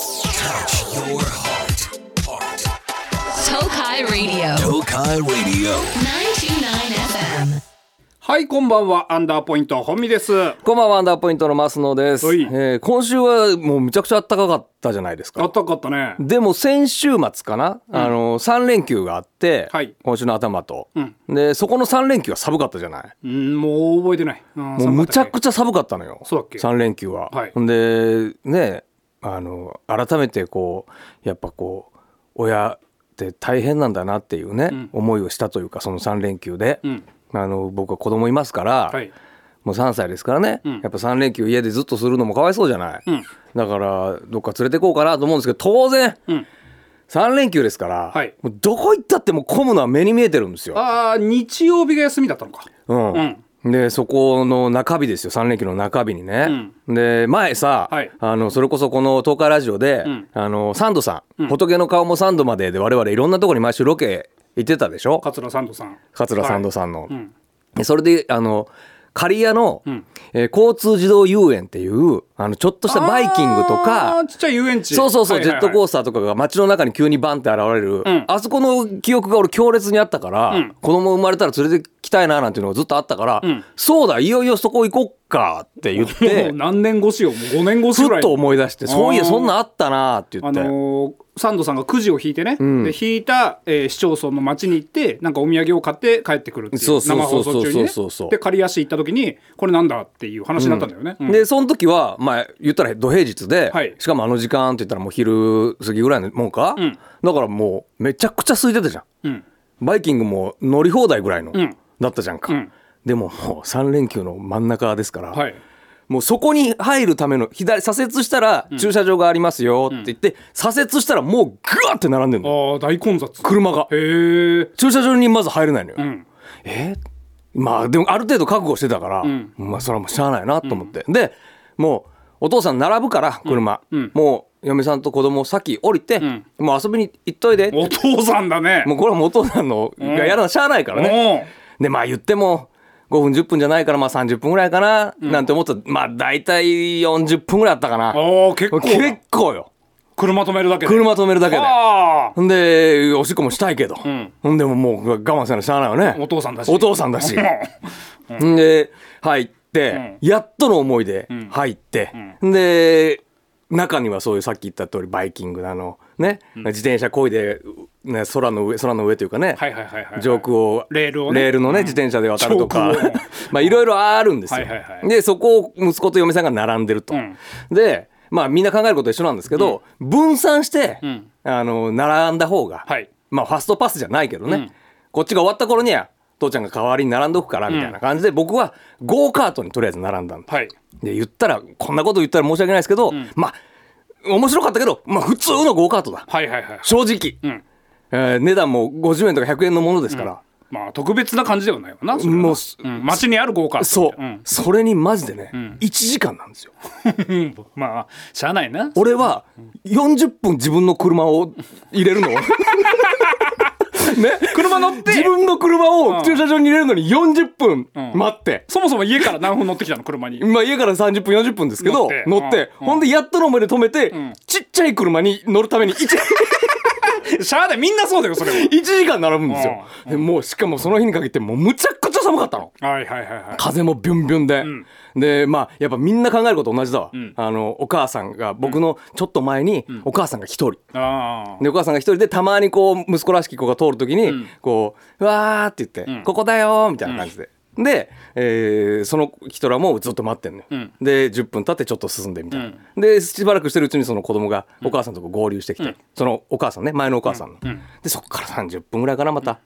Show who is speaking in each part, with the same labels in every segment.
Speaker 1: Touch your heart. Heart.
Speaker 2: Tokai Radio.
Speaker 1: Tokai Radio.
Speaker 2: 929 FM.
Speaker 3: はい、こんばんは、アンダーポイント、本美です。あ
Speaker 4: こんばんは、アンダーポイントのマスノです。
Speaker 3: はい
Speaker 4: えー今週はもうむちゃくちゃ暖かかったじゃないです
Speaker 3: っ
Speaker 4: か。
Speaker 3: たかったね。
Speaker 4: でも先週末かな、あの3連休があって、
Speaker 3: はい
Speaker 4: 今週の頭と、
Speaker 3: うん
Speaker 4: でそこの3連休は寒かったじゃない
Speaker 3: うん、もう覚えてない。も
Speaker 4: もうむちゃく
Speaker 3: ち
Speaker 4: ちゃ寒かったのよ
Speaker 3: そうだっけ
Speaker 4: 3連休は、
Speaker 3: はい
Speaker 4: ほんでねあの改めてこうやっぱこう親って大変なんだなっていうね、
Speaker 3: ん
Speaker 4: 思いをしたというかその3連休で、
Speaker 3: うん
Speaker 4: あの僕は子供いますから、
Speaker 3: はい。
Speaker 4: もう3歳ですからね、
Speaker 3: ん
Speaker 4: やっぱ3連休家でずっとするのもかわいそうじゃない、
Speaker 3: うん
Speaker 4: だからどっか連れてこうかなと思うんですけど当然、
Speaker 3: うん
Speaker 4: 3連休ですから、
Speaker 3: はい
Speaker 4: もうどこ行ったってもう混むのは目に見えてるんですよ。
Speaker 3: ああ、日曜日が休みだったのか。
Speaker 4: うんでそこの中日ですよ3連休の中日にね、で前さ、
Speaker 3: はい
Speaker 4: あのそれこそこの東海ラジオで、
Speaker 3: ん
Speaker 4: あのサンドさん、
Speaker 3: ん
Speaker 4: 仏の顔もサンドまでで我々いろんなとこに毎週ロケ行ってたでしょ
Speaker 3: 桂三度さん。
Speaker 4: 桂サンドさんの。
Speaker 3: うん。
Speaker 4: でそれであの刈谷の、
Speaker 3: ん
Speaker 4: えー交通自動遊園っていうあのちょっとしたバイキングと
Speaker 3: あ
Speaker 4: か
Speaker 3: ーちっちゃい遊園地。
Speaker 4: そうそうそう、ジェットコー
Speaker 3: ス
Speaker 4: スターとかが街の中に急にバンって現れる、
Speaker 3: ん
Speaker 4: あそこの記憶が俺強烈にあったから、
Speaker 3: ん
Speaker 4: 子供生まれたら連れてきたいななんていうのがずっとあったから、
Speaker 3: ん
Speaker 4: そうだいよいよそこ行こっかって言っ
Speaker 3: も
Speaker 4: て
Speaker 3: う何年越しよ、もう5年越し
Speaker 4: ふ
Speaker 3: ぐら
Speaker 4: っ
Speaker 3: い。
Speaker 4: と思い出してそういや
Speaker 3: あー
Speaker 4: そんなんあったなって言
Speaker 3: あ
Speaker 4: って、
Speaker 3: のーサンドさんがくじを引いてね、
Speaker 4: ん
Speaker 3: で引いた、えー市町村の町に行ってなんかお土産を買って帰ってくるっていう
Speaker 4: そうそう
Speaker 3: 生
Speaker 4: そ
Speaker 3: 放
Speaker 4: うそう
Speaker 3: 送中にね
Speaker 4: そうそう
Speaker 3: で刈谷市行った時にこれなんだっていう話になったんだよね、うん
Speaker 4: でその時はまあ言ったら土平日で、
Speaker 3: はい
Speaker 4: しかもあの時間って言ったらもう昼過ぎぐらいのもんか、
Speaker 3: ん
Speaker 4: だからもうめちゃくちゃ空いてたじゃん
Speaker 3: うん
Speaker 4: バイキングも乗り放題ぐらいの、
Speaker 3: うん
Speaker 4: だったじゃんか、
Speaker 3: うん
Speaker 4: でももう3連休の真ん中ですから、
Speaker 3: はい
Speaker 4: もうそこに入るための左左折したら駐車場がありますよって言って、左折したらもうグワーって並んでる
Speaker 3: あ
Speaker 4: の
Speaker 3: ー大混雑
Speaker 4: 車が
Speaker 3: へえ
Speaker 4: 駐車場にまず入れないのよ、
Speaker 3: ん
Speaker 4: えーまあでもある程度覚悟してたから、
Speaker 3: ん
Speaker 4: まあそれはもうしゃあないなと思って、でもうお父さん並ぶから車、
Speaker 3: うん
Speaker 4: もう嫁さんと子供先降りて、
Speaker 3: ん
Speaker 4: もう遊びに行っといで
Speaker 3: お父さんだね
Speaker 4: もうこれはもうお父さんのがやらなしゃあないからね、でまあ言っても5分10分じゃないからまあ30分ぐらいかななんて思ったら、まあ大体40分ぐらいあったかな
Speaker 3: うんああ結構
Speaker 4: 結構よ
Speaker 3: 車止めるだけで
Speaker 4: 車止めるだけで
Speaker 3: あ
Speaker 4: ほんでおしっこもしたいけど、
Speaker 3: ん
Speaker 4: ほんでももう我慢せなしゃあないよね
Speaker 3: お父さんだし
Speaker 4: お父さんだしんで入って、やっとの思いで入って、で中にはそういうさっき言った通りバイキングなのね、自転車こいで、ね、空の上空の上というかね、
Speaker 3: はいはいはいはい
Speaker 4: 上空を
Speaker 3: レールをね
Speaker 4: のね、自転車で渡るとか
Speaker 3: 上空を
Speaker 4: まあいろいろあるんですよ、
Speaker 3: はいはいはい
Speaker 4: でそこを息子と嫁さんが並んでると、
Speaker 3: うん
Speaker 4: でまあみんな考えること一緒なんですけど、分散して、
Speaker 3: ん
Speaker 4: あの並んだ方が、
Speaker 3: はい
Speaker 4: まあファストパスじゃないけどね、
Speaker 3: うん
Speaker 4: こっちが終わった頃には父ちゃんが代わりに並んどくからみたいな感じで、僕はゴーカートにとりあえず並んだんだ、
Speaker 3: はい
Speaker 4: で言ったらこんなこと言ったら申し訳ないですけど、まあ面白かったけど、まあ、普通のゴーカートだ
Speaker 3: はいはいはい
Speaker 4: 正直、
Speaker 3: うん
Speaker 4: えー値段も50円とか100円のものですから、
Speaker 3: まあ特別な感じではないわなそれは
Speaker 4: もう
Speaker 3: うん街にある豪華
Speaker 4: そう、
Speaker 3: ん
Speaker 4: それにマジでね、1時間なんですよ
Speaker 3: うんまあしゃあないな
Speaker 4: 俺は40分自分の車を入れるの ね
Speaker 3: 車乗って
Speaker 4: 自分の車
Speaker 3: うん
Speaker 4: を駐車場に入れるのに40分
Speaker 3: ん
Speaker 4: 待って、
Speaker 3: そもそも家から何分乗ってきたの車に
Speaker 4: まあ家から30分40分ですけ
Speaker 3: 乗
Speaker 4: ど
Speaker 3: って
Speaker 4: 乗って、
Speaker 3: うん
Speaker 4: ほんでやっとの思いで止めて、
Speaker 3: ん
Speaker 4: ちっちゃい車に乗るために 1,
Speaker 3: しゃあないみんなそうだよ それは
Speaker 4: 1時間並ぶんですよ、でもうしかもその日に限ってもうむちゃくちゃ寒かったの
Speaker 3: はいはいはいはい
Speaker 4: 風もビュンビュンで、でまあやっぱみんな考えること同じだわ、あのお母さんが僕のちょっと前にお母さんが一人、
Speaker 3: あ
Speaker 4: でお母さんが一人でたまにこう息子らしき子が通る時に、こう「うわ」って言って「
Speaker 3: ん
Speaker 4: ここだよ」みたいな感じで。で、えーその人らもずっと待ってんのよ、
Speaker 3: ん
Speaker 4: で10分経ってちょっと進んでみたいな、でしばらくしてるうちにその子供がお母さんとこ合流してきて、そのお母さんね前のお母さんの、でそこから30分ぐらいかなまた、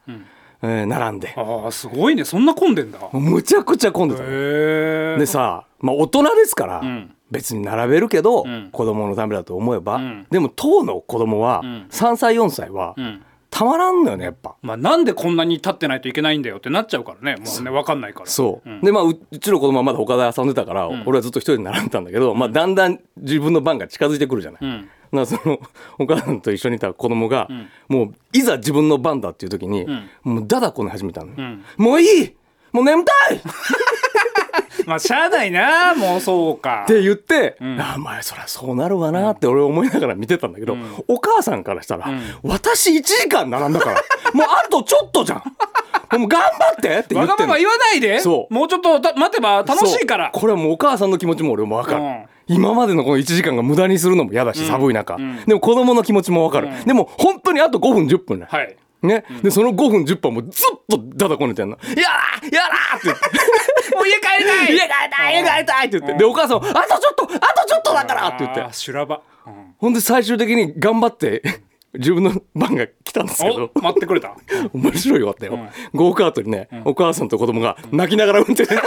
Speaker 4: えー並んで
Speaker 3: あああすごいねそんな混んでんだへ
Speaker 4: もうむちゃくちゃ混んでたの
Speaker 3: え
Speaker 4: でさ、まあ、大人ですから、
Speaker 3: ん
Speaker 4: 別に並べるけど、
Speaker 3: ん
Speaker 4: 子供のためだと思えば、
Speaker 3: ん
Speaker 4: でも当の子供は、
Speaker 3: ん
Speaker 4: 3歳4歳は、
Speaker 3: ん
Speaker 4: たまらんのよねやっぱ。
Speaker 3: まあ、なんでこんなに立ってないといけないんだよってなっちゃうからね、もうね、わかんないから。
Speaker 4: そう、
Speaker 3: ん
Speaker 4: でまあううちの子供はまだ他で遊んでたから、俺はずっと一人で並んでたんだけど、まあ、だんだん自分の番が近づいてくるじゃない。
Speaker 3: ん
Speaker 4: なその お母さんと一緒にいた子供が、もういざ自分の番だっていう時に、もうダダこね始めたのよ、もういいもう眠たい
Speaker 3: まあしゃあないなもうそうか
Speaker 4: って言って、あまあそりゃそうなるわなって俺思いながら見てたんだけど、お母さんからしたら、私1時間並ん だからもうあとちょっとじゃんもう頑張ってって言
Speaker 3: わ
Speaker 4: って
Speaker 3: がまま言わないで
Speaker 4: そう
Speaker 3: もうちょっとた待てば楽しいから
Speaker 4: そうこれはもうお母さんの気持ちも俺も分かる、
Speaker 3: うん
Speaker 4: 今までのこの1時間が無駄にするのも嫌だし、寒い中、
Speaker 3: ん
Speaker 4: でも子供の気持ちも分かる、でも本当にあと5分10分ね、
Speaker 3: はい
Speaker 4: ね、でその5分10分もずっとダダこねてんの「やだやだ!」って言って
Speaker 3: もう家帰り
Speaker 4: 「
Speaker 3: たい
Speaker 4: 家帰りたい家帰りたい!」って言ってでお母さんも「あとちょっとあとちょっとだから!」って言って
Speaker 3: あー修羅場、うん
Speaker 4: ほんで最終的に頑張って 自分の番が来たんですけど
Speaker 3: お待ってくれた
Speaker 4: 面白いよかったよ、ゴーカートにね、お母さんと子供が泣きながら運転して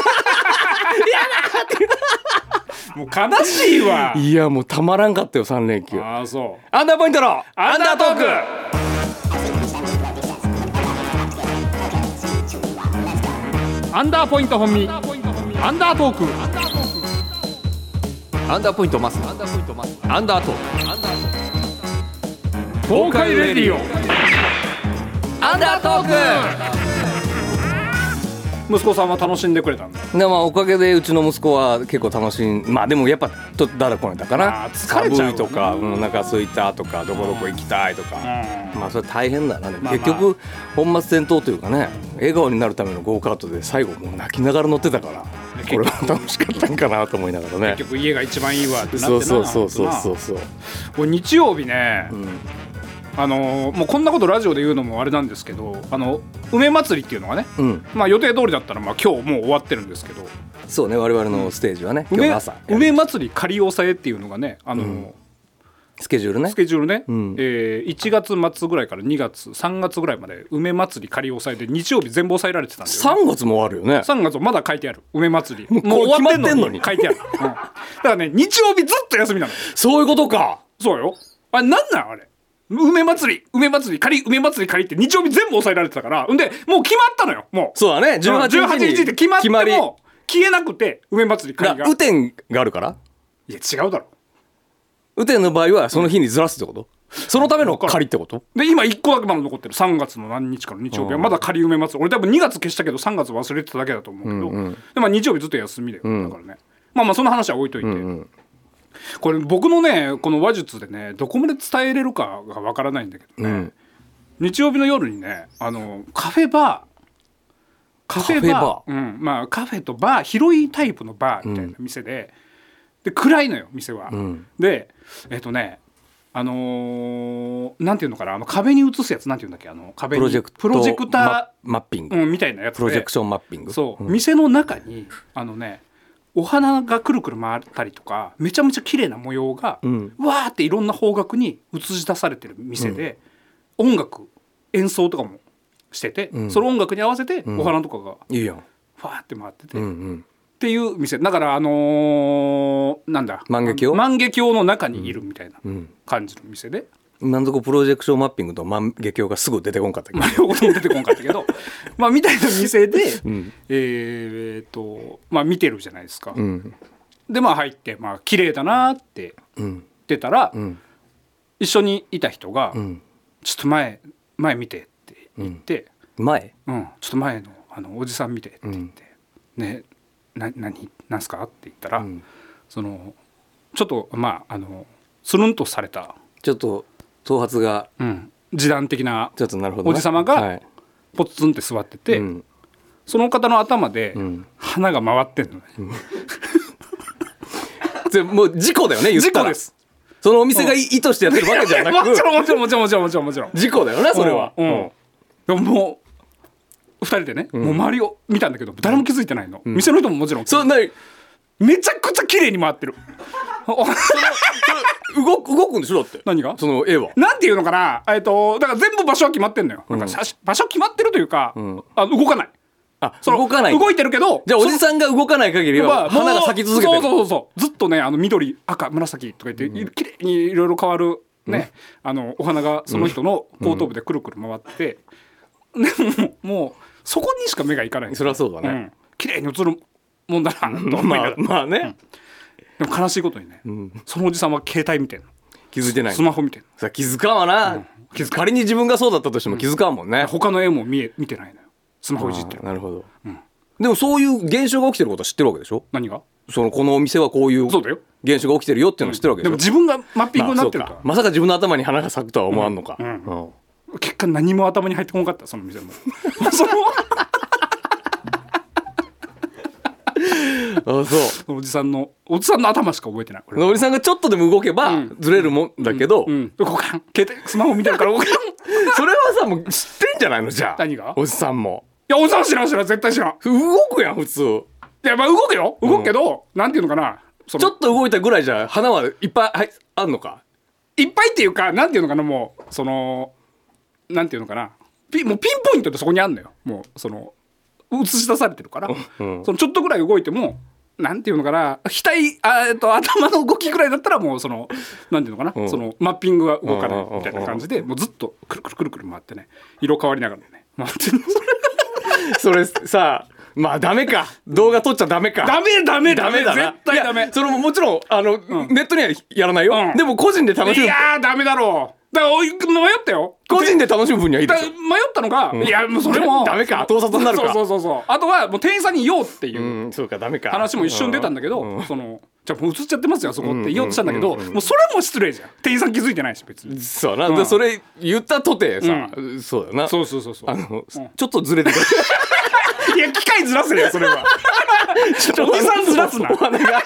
Speaker 3: もう悲しいわ
Speaker 4: いやもうたまらんかったよ3連休
Speaker 3: ああそう
Speaker 4: アンダーポイントの
Speaker 3: アンダートークアンダーポイント本身アンダートーク
Speaker 5: アンダーポイントマスアンダーポイントマスアンダートーク
Speaker 3: 東海レディオ
Speaker 5: アンダートー
Speaker 3: 息子さんは楽しんでくれたんだ
Speaker 4: でまあおかげでうちの息子は結構楽しいまあでもやっぱちょっとだだこねたかな
Speaker 3: あー疲れちゃう
Speaker 4: 寒いとか、うん、お腹空いたとかどこどこ行きたいとか、
Speaker 3: う
Speaker 4: まあそれ大変だな、でも
Speaker 3: まあまあ
Speaker 4: 結局本末転倒というかね笑顔になるためのゴーカートで最後もう泣きながら乗ってたから
Speaker 3: 結
Speaker 4: これ
Speaker 3: 局
Speaker 4: は楽しかったんかなと思いながらね
Speaker 3: 結局家が一番いいわってなってな
Speaker 4: そうそうそうそうそ
Speaker 3: う
Speaker 4: うそう
Speaker 3: これ日曜日ね、
Speaker 4: ん
Speaker 3: あのーもうこんなことラジオで言うのもあれなんですけどあの梅祭りっていうのがね、
Speaker 4: うん
Speaker 3: まあ予定通りだったらまあ今日もう終わってるんですけど
Speaker 4: そうね我々のステージはね、今日
Speaker 3: 梅
Speaker 4: の朝
Speaker 3: 梅祭り仮押さえっていうのがねあのー、
Speaker 4: スケジュールね
Speaker 3: スケジュールね、
Speaker 4: ん
Speaker 3: えー1月末ぐらいから2月3月ぐらいまで梅祭り仮押さえで日曜日全部押さえられてたんですよ、ね、
Speaker 4: 3月もあるよね
Speaker 3: 3月まだ書いてある梅祭り
Speaker 4: もうこう
Speaker 3: てん
Speaker 4: 決
Speaker 3: 書いてある、うんだからね日曜日ずっと休みなの
Speaker 4: そういうことか
Speaker 3: そうよあれなんなんあれ梅祭り梅祭り仮梅祭り仮って日曜日全部抑えられてたからんでもう決まったのよもう
Speaker 4: そうだね18日に
Speaker 3: 18日って決まって
Speaker 4: 決まり
Speaker 3: も消えなくて梅祭り
Speaker 4: だ
Speaker 3: 仮
Speaker 4: か
Speaker 3: が
Speaker 4: ら雨天があるから
Speaker 3: いや違うだろ
Speaker 4: 雨天の場合はその日にずらすってことそのための借りってこと
Speaker 3: で今1個だけまだ残ってる3月の何日かの日曜日はまだ仮梅祭り俺多分2月消したけど3月忘れてただけだと思うけど、でまあ、日曜日ずっと休みだよ、だからねまあまあその話は置いといて、これ僕のねこの話術でねどこまで伝えれるかがわからないんだけどね、
Speaker 4: うん
Speaker 3: 日曜日の夜にねあのカフェバーカフェバー
Speaker 4: カフェバ
Speaker 3: うんまあ、カフェとバー広いタイプのバーみたいな店で,、で暗いのよ店は。でえっ、とねあのーなんていうのかなあの壁に映すやつなんていうんだっけあの壁
Speaker 4: プ
Speaker 3: に
Speaker 4: ロジェクト
Speaker 3: プロジェクタ
Speaker 4: ママッピン
Speaker 3: ー、
Speaker 4: グ
Speaker 3: うん、みたいなやつで
Speaker 4: プロジェクションマッピング
Speaker 3: そう、店の中にあのねお花がくるくる回ったりとかめちゃめちゃ綺麗な模様が、
Speaker 4: ん
Speaker 3: わーっていろんな方角に映し出されてる店で、音楽演奏とかもしてて、
Speaker 4: ん
Speaker 3: その音楽に合わせて
Speaker 4: ん
Speaker 3: お花とかがわ
Speaker 4: いいやん
Speaker 3: ーって回ってて、
Speaker 4: うんう
Speaker 3: っ
Speaker 4: ん
Speaker 3: ていう店だからあのーなんだ
Speaker 4: 万華鏡
Speaker 3: 万華鏡の中にいるみたいな
Speaker 4: うん
Speaker 3: 感じの店で。
Speaker 4: 今のところプロジェクションマッピングと万華鏡がすぐ出てこんかったけど
Speaker 3: まあ、両方とも出てこんかったけ どまあみたいな店で、
Speaker 4: ん
Speaker 3: えーっとまあ見てるじゃないですか、
Speaker 4: うん
Speaker 3: でまあ入ってまあ綺麗だなって
Speaker 4: うん
Speaker 3: 出たら、
Speaker 4: ん
Speaker 3: 一緒にいた人が、
Speaker 4: うん
Speaker 3: ちょっと前前見て」って言って
Speaker 4: 前
Speaker 3: 「うん、ちょっと前のあのおじさん見て」って言って「ねな何なんすか?」って言ったら、
Speaker 4: ん
Speaker 3: そのちょっとまああのスルンとされた、
Speaker 4: ちょっと頭髪が
Speaker 3: うん、時短的な
Speaker 4: ちょっとなるほどね
Speaker 3: おじさまが
Speaker 4: はい
Speaker 3: ポツンって座ってて、
Speaker 4: うん
Speaker 3: その方の頭で
Speaker 4: ん
Speaker 3: 花が回ってんのね、
Speaker 4: でもう事故だよね言った
Speaker 3: 事
Speaker 4: ら
Speaker 3: 故です
Speaker 4: そのお店が意図してやってるわけじゃな
Speaker 3: もち
Speaker 4: く
Speaker 3: ろんもちろんもちろんもちろんもちろんもちろん
Speaker 4: 事故だよなそれは
Speaker 3: うんうんでももう2人でね、もう周りを見たんだけど誰も気づいてないの、店の人ももちろん
Speaker 4: そんな
Speaker 3: めちゃくちゃ綺麗に回ってる
Speaker 4: 動く動くんでしょだって
Speaker 3: 何が
Speaker 4: その絵は
Speaker 3: なんていうのかなえっとだから全部場所は決まってんのよ、なんか写真場所決まってるというか、あ動かない
Speaker 4: あ
Speaker 3: その
Speaker 4: 動かない
Speaker 3: 動いてるけど
Speaker 4: じゃあお
Speaker 3: そ
Speaker 4: じさんが動かない限り
Speaker 3: ま
Speaker 4: は
Speaker 3: あ
Speaker 4: 花が咲き続けて
Speaker 3: もうそう
Speaker 4: る
Speaker 3: そうそうそうずっとねあの緑赤紫とか言って、綺麗にいろいろ変わるね、あのお花がその人の後頭部でくるくる回って、でもうもうそこにしか目がいかない
Speaker 4: そりゃそうだ
Speaker 3: う
Speaker 4: ね
Speaker 3: ん綺麗に映るもんだなと思いな
Speaker 4: ま
Speaker 3: が
Speaker 4: あ
Speaker 3: ら、
Speaker 4: まあね
Speaker 3: でも悲しいことにね、そのおじさんは携帯見てんの
Speaker 4: 気づいてない
Speaker 3: スマホ見てんの
Speaker 4: さ気づかんわな
Speaker 3: 気づかん
Speaker 4: 仮に自分がそうだったとしても気づかんもんね
Speaker 3: 他の絵も見え見てないのよスマホいじってる
Speaker 4: なるほどでもそういう現象が起きてることは知ってるわけでしょ
Speaker 3: 何が
Speaker 4: そのこのお店はこういう
Speaker 3: そうだよ
Speaker 4: 現象が起きてるよっていうのを知ってるわけ
Speaker 3: で
Speaker 4: でし
Speaker 3: も
Speaker 4: ょ、
Speaker 3: 自分がマッピングになってる
Speaker 4: まあ
Speaker 3: か
Speaker 4: そうまさか自分の頭に花が咲くとは思わんのか、
Speaker 3: んう
Speaker 4: うん
Speaker 3: ら結果何も頭に入ってこなかったその店 もその
Speaker 4: あそう
Speaker 3: そのおじさんのおじさんの頭しか覚えてないこれ
Speaker 4: のりさんがちょっとでも動けば
Speaker 3: うん
Speaker 4: ずれるもんだけど、
Speaker 3: うん動かん携帯スマホ見てるから 動かんい
Speaker 4: それはさもう知ってんじゃないのじゃあ
Speaker 3: 何が
Speaker 4: おじさんも
Speaker 3: やおじさん知らん知らん絶対知らん
Speaker 4: 動くやん普通
Speaker 3: いやまあ動くよ動くけど、なんていうのかなそ
Speaker 4: ちょ
Speaker 3: の
Speaker 4: っと動いたぐらいじゃ花はいっぱいはいあんのか
Speaker 3: いっぱいっていうかなんていうのかなもうそのなんていうのかなピもうピンポイントでそこにあんのよもうその映し出されてるから、
Speaker 4: うん
Speaker 3: そのちょっとぐらい動いてもなんていうのかな額あ、えっと、頭の動きぐらいだったらもうそのなんていうのかな、
Speaker 4: ん
Speaker 3: そのマッピングは動かな
Speaker 4: う
Speaker 3: い
Speaker 4: んうんうんうん
Speaker 3: みたいな感じでもうずっとくるくるくるくる回ってね色変わりながらね回ってる
Speaker 4: それさまあダメか動画撮っちゃダメか
Speaker 3: ダメダメ
Speaker 4: ダ
Speaker 3: ダ
Speaker 4: メ
Speaker 3: メ
Speaker 4: だな
Speaker 3: 絶対ダ
Speaker 4: い
Speaker 3: メ
Speaker 4: やそれももちろんあの、ネットにはやらないよ、
Speaker 3: うん
Speaker 4: でも個人で楽し
Speaker 3: い
Speaker 4: む
Speaker 3: やーダメだろうだからおい迷ったよ
Speaker 4: 個人で楽しむ分にはいいで
Speaker 3: だ迷
Speaker 4: しょ
Speaker 3: ったのが、いやもうそれ も
Speaker 4: ダメか盗撮になる
Speaker 3: そ
Speaker 4: か
Speaker 3: うそうそうそうあとはもう店員さんに言おうっていううん
Speaker 4: そうかダメか
Speaker 3: 話も一緒に出たんだけど、そのじゃあもう映っちゃってますよそこって言おうとしたんだけど、もうそれも失礼じゃん店員さん気づいてないし別に
Speaker 4: そうやな、で
Speaker 3: うん
Speaker 4: それ言ったとてさ、そうだよな
Speaker 3: そうそうそうそう
Speaker 4: あの、
Speaker 3: うん
Speaker 4: ちょっとずれてくる
Speaker 3: いや機械ずらすねよそ れは おじさんずらすな
Speaker 4: お 花が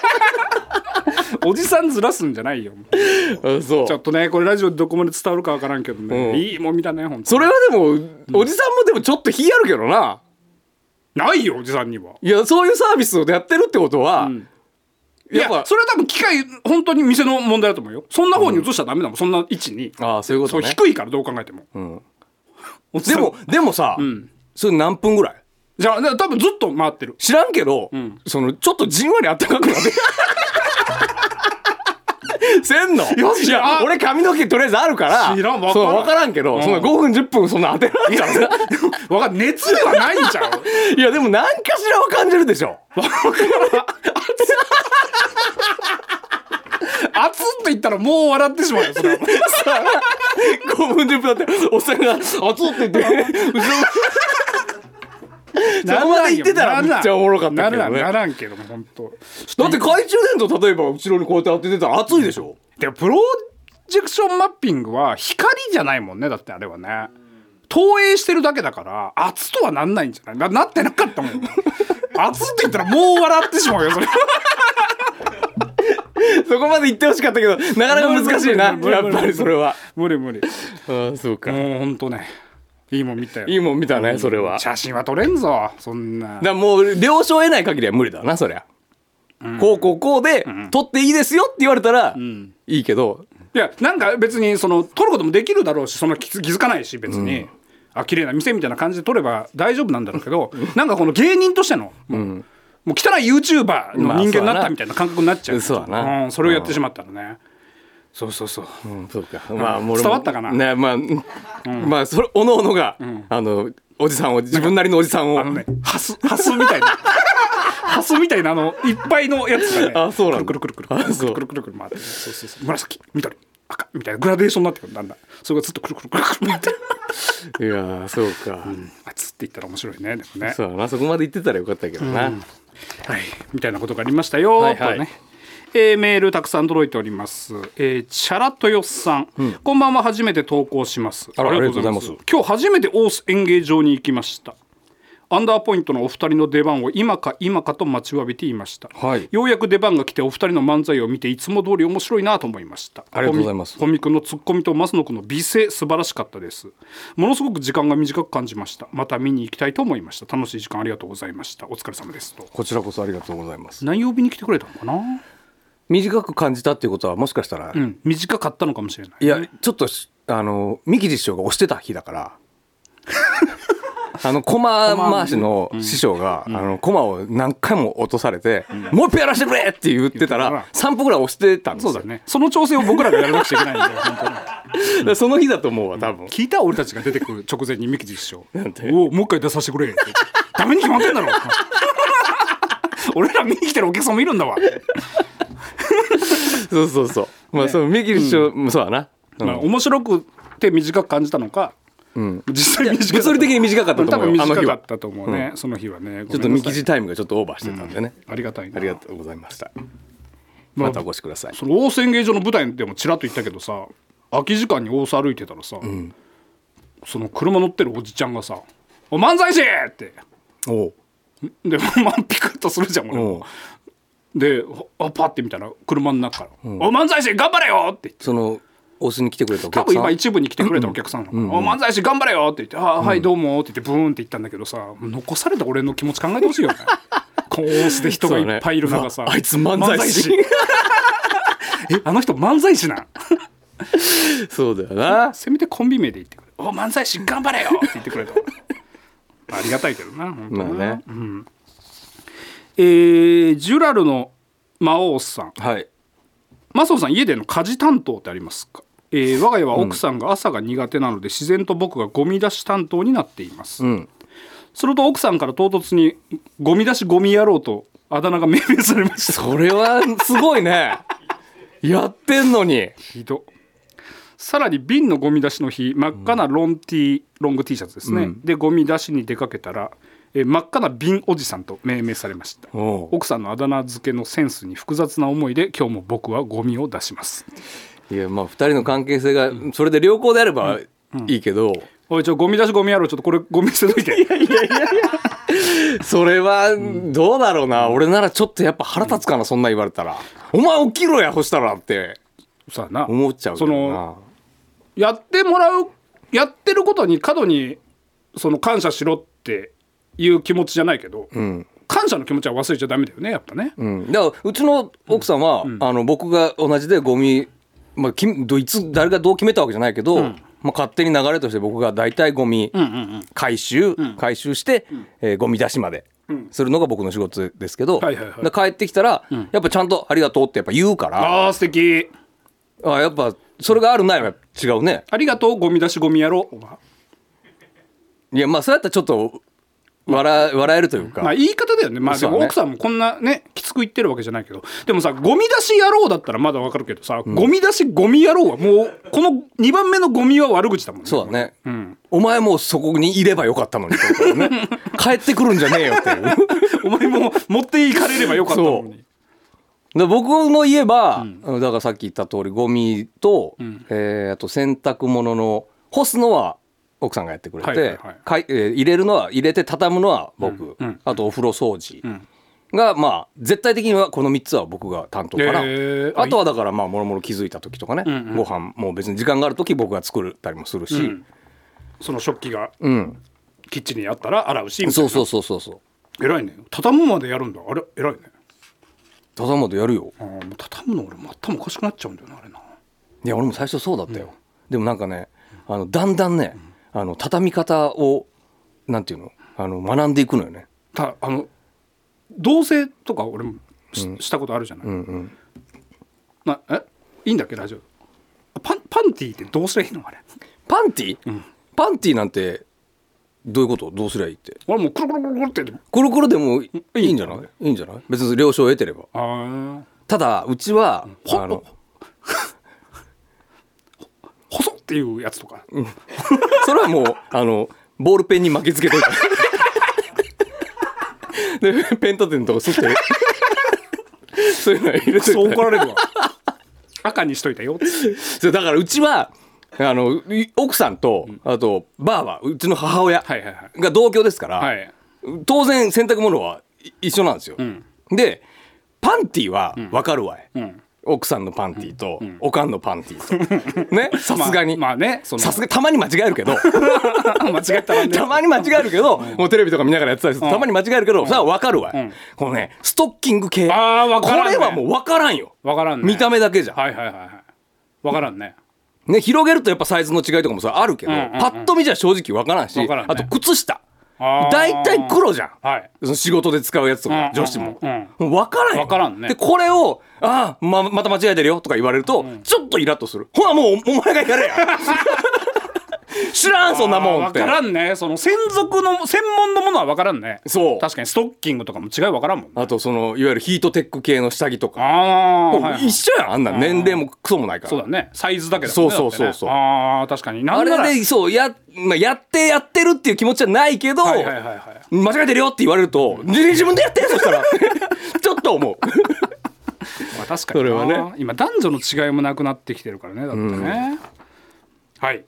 Speaker 3: おじさんずらすんじゃないよ
Speaker 4: あそう
Speaker 3: ちょっとねこれラジオでどこまで伝わるかわからんけどね、
Speaker 4: うん
Speaker 3: いいもん見たねほんと
Speaker 4: それはでも、おじさんもでもちょっと火あるけどな
Speaker 3: ないよおじさんにはい
Speaker 4: やそういうサービスをやってるってことは、
Speaker 3: い
Speaker 4: や
Speaker 3: や
Speaker 4: っぱ
Speaker 3: それは多分機械本当に店の問題だと思うよそんな方に移しちゃダメだもん、そんな位置に
Speaker 4: ああそういうこと
Speaker 3: そう
Speaker 4: ね
Speaker 3: 低いからどう考えても、おじ
Speaker 4: で
Speaker 3: さん
Speaker 4: もでもさ、それ何分ぐらい
Speaker 3: じゃあだから多分ずっと回ってる
Speaker 4: 知らんけど、そのちょっとじんわりあったかくなって せんの
Speaker 3: よし
Speaker 4: いや
Speaker 3: あ
Speaker 4: 俺髪の毛とりあえずあるから
Speaker 3: 知らんわからん
Speaker 4: そうわからんけど、
Speaker 3: うん
Speaker 4: そんな5分10分そんな当てられんじゃん
Speaker 3: わかん熱ではないんじゃん
Speaker 4: いやでも何かしらは感じるでしょ
Speaker 3: 熱って言ったらもう笑ってしまうよそれは
Speaker 4: 5分10分だっておっさんが「熱って言って後ろ そこまで言ってたらめっちゃおもろかったけど
Speaker 3: ならんな
Speaker 4: ね
Speaker 3: らんけども本当
Speaker 4: だって懐中電灯例えば後ろにこうやって当ててたら熱いでしょ
Speaker 3: でもプロジェクションマッピングは光じゃないもんねだってあれはね投影してるだけだから熱とはなんないんじゃないななってなかったもん 熱って言ったらもう笑ってしまうよそれ
Speaker 4: そこまで言ってほしかったけどなかなか難しいな
Speaker 3: 無理無理無理無理
Speaker 4: やっぱりそれは
Speaker 3: 無理無理
Speaker 4: ああそうか
Speaker 3: もうほんとねいいもん見たよ
Speaker 4: いいもん見たねそれはだか
Speaker 3: 写真は撮れんぞそんな
Speaker 4: らもう了承得ない限りは無理だなそりゃこうこうこうで取っていいですよって言われたらいいけど
Speaker 3: いやなんか別にその撮ることもできるだろうしそんな気づ気づかないし別に、あ綺麗な店みたいな感じで撮れば大丈夫なんだろうけどなんかこの芸人としてのもう,、もう汚い YouTuber の人間になったみたいな感覚になっちゃう,、
Speaker 4: まあそうだな
Speaker 3: うん、それをやってしまったらね、そうそうそう、
Speaker 4: うんそうかまあ俺も
Speaker 3: 伝わったかな
Speaker 4: ねまあうんまあそれおのおのがあのおじさんを自分なりのおじさんを
Speaker 3: あのねハスハスみたいなハスみたいなあのいっぱいのやつがね
Speaker 4: あそうなんだ
Speaker 3: くるくるくるくる
Speaker 4: あ
Speaker 3: くる
Speaker 4: そう
Speaker 3: くるくるくる回ってねそうそうそう紫緑赤みたいなグラデーションになってくるだんだんそれがずっとくるくるくるくる回って
Speaker 4: いやーそうか、
Speaker 3: あつっていったら面白いねでもね
Speaker 4: そうだなそこまで言ってたらよかったけどな、
Speaker 3: はい、みたいなことがありましたよ、
Speaker 4: はいはい
Speaker 3: とねえーメールたくさん届いております、えー、チャラトヨさん、こんばんは初めて投稿します
Speaker 4: あらありが
Speaker 3: 今日初めてオース演芸場に行きましたアンダーポイントのお二人の出番を今か今かと待ちわびていました、
Speaker 4: はい
Speaker 3: ようやく出番が来てお二人の漫才を見ていつも通り面白いなと思いました
Speaker 4: ありがとうございます
Speaker 3: コミコミ君のツッコミとマスノ君の美声素晴らしかったですものすごく時間が短く感じましたまた見に行きたいと思いました楽しい時間ありがとうございましたお疲れ様ですと
Speaker 4: こちらこそありがとうございます
Speaker 3: 何曜日に来てくれたのかな、
Speaker 4: 短く感じたっていうことはもしかしたら、
Speaker 3: うん、短かったのかもしれない
Speaker 4: いやちょっとしあの三木師匠が押してた日だからあの駒回しの師匠が、あの駒を何回も落とされて、もう一回やらせてくれって言って
Speaker 3: 言
Speaker 4: たら
Speaker 3: って
Speaker 4: 3分ぐらい押してたんです
Speaker 3: そ
Speaker 4: よ
Speaker 3: うだねその調整を僕らがやらなくちゃいけないんで本 当に
Speaker 4: だからその日だと思うわ多分、
Speaker 3: 聞いた俺たちが出てくる直前に三木師匠「
Speaker 4: なんて
Speaker 3: おおもう一回出させてくれ」って「ダメに決まってんだろ」 俺ら見に来てるお客さんもいるんだわ、
Speaker 4: そうそうそうまあ、その三木師匠もそうだな、うん
Speaker 3: まあ、面白くて短く感じたのか
Speaker 4: うん
Speaker 3: 実際短かった
Speaker 4: 物理的に短かったと思うよ
Speaker 3: ん多分
Speaker 4: あの日
Speaker 3: 短
Speaker 4: は
Speaker 3: かったと思うね、その日はね
Speaker 4: ちょっと見記事タイムがちょっとオーバーしてたんでね、
Speaker 3: ありがたいな
Speaker 4: ありがとうございました
Speaker 3: まあ
Speaker 4: またお越しください
Speaker 3: その大仙芸場の舞台でもちらっと言ったけどさ空き時間に大須歩いてたらさ、その車乗ってるおじちゃんがさ「お漫才師!」って
Speaker 4: おう
Speaker 3: でまあピクッとするじゃん俺
Speaker 4: おう
Speaker 3: もであパッて見たら車の中から「お漫才師頑張れよ!」って言って
Speaker 4: その押しに来てくれたお
Speaker 3: 多
Speaker 4: 客
Speaker 3: 分
Speaker 4: さん
Speaker 3: 今一部に来てくれたお客さんが「お漫才師頑張れよ!」って言って「あーはいどうも」って言ってブーンって言ったんだけどさ残された俺の気持ち考えてほしい よねこう大須で人がいっぱいいる中
Speaker 4: そ
Speaker 3: さ、
Speaker 4: うねうわあいつ漫才師
Speaker 3: 漫才師えあの人漫才師なん
Speaker 4: そうだよな
Speaker 3: せめてコンビ名で言ってくれ「お漫才師頑 張れよ!」って言ってくれたありがたいけどな本当
Speaker 4: まあ
Speaker 3: な
Speaker 4: ね、
Speaker 3: えージュラルの魔王さん
Speaker 4: はい
Speaker 3: マスオさん家での家事担当ってありますか、えー我が家は奥さんが朝が苦手なので、自然と僕がゴミ出し担当になっています、
Speaker 4: うん
Speaker 3: すると奥さんから唐突に「ゴミ出しゴミ野郎」とあだ名が命名されました
Speaker 4: それはすごいね やってんのに
Speaker 3: ひどさらに瓶のゴミ出しの日真っ赤なロン T、ロング T シャツですね、でゴミ出しに出かけたら、えー真っ赤な瓶おじさんと命名されました
Speaker 4: おう
Speaker 3: 奥さんのあだ名付けのセンスに複雑な思いで今日も僕はゴミを出します
Speaker 4: いやまあ2人の関係性がそれで良好であればいいけど、
Speaker 3: おいちょゴミ出しゴミ野郎ちょっとこれゴミ捨てとい て
Speaker 4: それはどうだろうな、俺ならちょっとやっぱ腹立つかなそんな言われたら「お前起きろやほしたら」って
Speaker 3: さあな
Speaker 4: 思っちゃうけ
Speaker 3: そ
Speaker 4: どな
Speaker 3: のやってもらうやってることに過度にその感謝しろっていう気持ちじゃないけど、
Speaker 4: ん
Speaker 3: 感謝の気持ちは忘れちゃダメだよねやっぱね、
Speaker 4: うん、だからうちの奥さんは、あの僕が同じでゴミ、まあ、きどいつ誰がどう決めたわけじゃないけど、まあ、勝手に流れとして僕が大体ゴミ回収、回収して、えーゴミ出しまで。するのが僕の仕事ですけど、
Speaker 3: はいはいはい
Speaker 4: だから帰ってきたら、やっぱちゃんと「ありがとう」ってやっぱ言うから
Speaker 3: ああ素敵
Speaker 4: あやっぱそれがあるないは違うね
Speaker 3: ありがとうゴミ出しゴミ野郎
Speaker 4: いやまあそうやったらちょっと笑笑えるというか、
Speaker 3: まあ言い方だよねまあで
Speaker 4: そうだ
Speaker 3: も
Speaker 4: ね
Speaker 3: 奥さんもこんなねきつく言ってるわけじゃないけどでもさゴミ出し野郎だったらまだわかるけどさ、ゴミ出しゴミ野郎はもうこの2番目のゴミは悪口だもんね
Speaker 4: そうだね、お前もうそこにいればよかったのにってことだ ね帰ってくるんじゃねえよっていう。
Speaker 3: お前も持っていかれればよかったのに
Speaker 4: で僕の言えば、だからさっき言った通りゴミと、えーあと洗濯物の干すのは奥さんがやってくれて、
Speaker 3: はいはいはい
Speaker 4: かいえー入れるのは入れて畳むのは僕、
Speaker 3: うん
Speaker 4: あとお風呂掃除
Speaker 3: ん
Speaker 4: が、まあ絶対的にはこの3つは僕が担当から、
Speaker 3: へー
Speaker 4: あとはだからまあもろもろ気づいた時とかね、ご飯もう別に時間がある時僕が作ったりもするし、
Speaker 3: んその食器が
Speaker 4: うん
Speaker 3: キッチンにあったら洗うし
Speaker 4: そうそうそうそうそう
Speaker 3: 偉いね畳むまでやるんだあれ偉いね
Speaker 4: 畳むとやるよ
Speaker 3: あーもう畳むの俺またおかしくなっちゃうんだよなあれない
Speaker 4: や俺も最初そうだったよ、でもなんかねあのだんだんね、あの畳み方をなんていうのあの学んでいくのよね
Speaker 3: たあの同棲とか俺もし,、たことあるじゃない、なえいいんだっけラジオパンパンティーってどうすりゃいいのあれ
Speaker 4: パンティ、パンティなんてどういうことどうすりゃいいって
Speaker 3: 俺もうクルクルクルクルって
Speaker 4: コロコロでもいいいんじゃないいいんじゃない別に了承を得てれば
Speaker 3: あー
Speaker 4: ただうちは、
Speaker 3: ほ
Speaker 4: あの
Speaker 3: 細っていうやつとか、
Speaker 4: それはもうあのボールペンに巻きつけといたでペン立て のとこすってそういうの入れといて
Speaker 3: そう怒られるわ 赤にしといたよっつって
Speaker 4: そうだからうちはあのい奥さんとあとばあばうちの母親
Speaker 3: はいはいはい
Speaker 4: が同居ですから、
Speaker 3: はい
Speaker 4: 当然洗濯物はい一緒なんですよ、でパンティは分かるわい、
Speaker 3: ん
Speaker 4: 奥さんのパンティと、おかんのパンテ ィとねさすがに、
Speaker 3: まあまあねその
Speaker 4: さすがたまに間違え るけど
Speaker 3: 間違ったらね
Speaker 4: たまに間違えるけど、もうテレビとか見ながらやってたりすると、たまに間違えるけど、さあ分かるわい、このねストッキング系
Speaker 3: あー分からんね
Speaker 4: これはもう分からんよ
Speaker 3: 分からんね
Speaker 4: 見た目だけじゃん
Speaker 3: はいはいはいはい分からんね
Speaker 4: ね、広げるとやっぱサイズの違いとかもさあるけど、
Speaker 3: うんうんうん
Speaker 4: パッと見じゃ正直わからんし
Speaker 3: わからんね
Speaker 4: あと靴下
Speaker 3: あー
Speaker 4: 大体黒じゃん、
Speaker 3: はい
Speaker 4: その仕事で使うやつとか、
Speaker 3: うんうんうん
Speaker 4: 女子も、もう分からんよ
Speaker 3: わからんね
Speaker 4: でこれを「ああままた間違えてるよ」とか言われると、ちょっとイラッとするほらもうおお前がやれや 知ら んそんなもんっ
Speaker 3: 分
Speaker 4: て
Speaker 3: からんねその専属の専門のものは分からんね
Speaker 4: そう
Speaker 3: 確かにストッキングとかも違い分からんもん、ね、
Speaker 4: あとそのいわゆるヒートテック系の下着とか
Speaker 3: ああー、
Speaker 4: もう
Speaker 3: はいはい
Speaker 4: 一緒やんあんなん年齢もクソもないから
Speaker 3: そうだねサイズだけだ
Speaker 4: そ
Speaker 3: もん
Speaker 4: う
Speaker 3: ね
Speaker 4: そ
Speaker 3: だ
Speaker 4: う
Speaker 3: ってね
Speaker 4: そうそう
Speaker 3: ああ確かにな
Speaker 4: あ
Speaker 3: んなら
Speaker 4: れでそうや,、まあ、やってやってるっていう気持ちはないけど、
Speaker 3: はいはいはいはい
Speaker 4: 間違えてるよって言われると「自自分でやって!」そした らちょっと思う
Speaker 3: まあ、確かにな
Speaker 4: それは
Speaker 3: 今男女の違いもなくなってきてるからねだってね、はい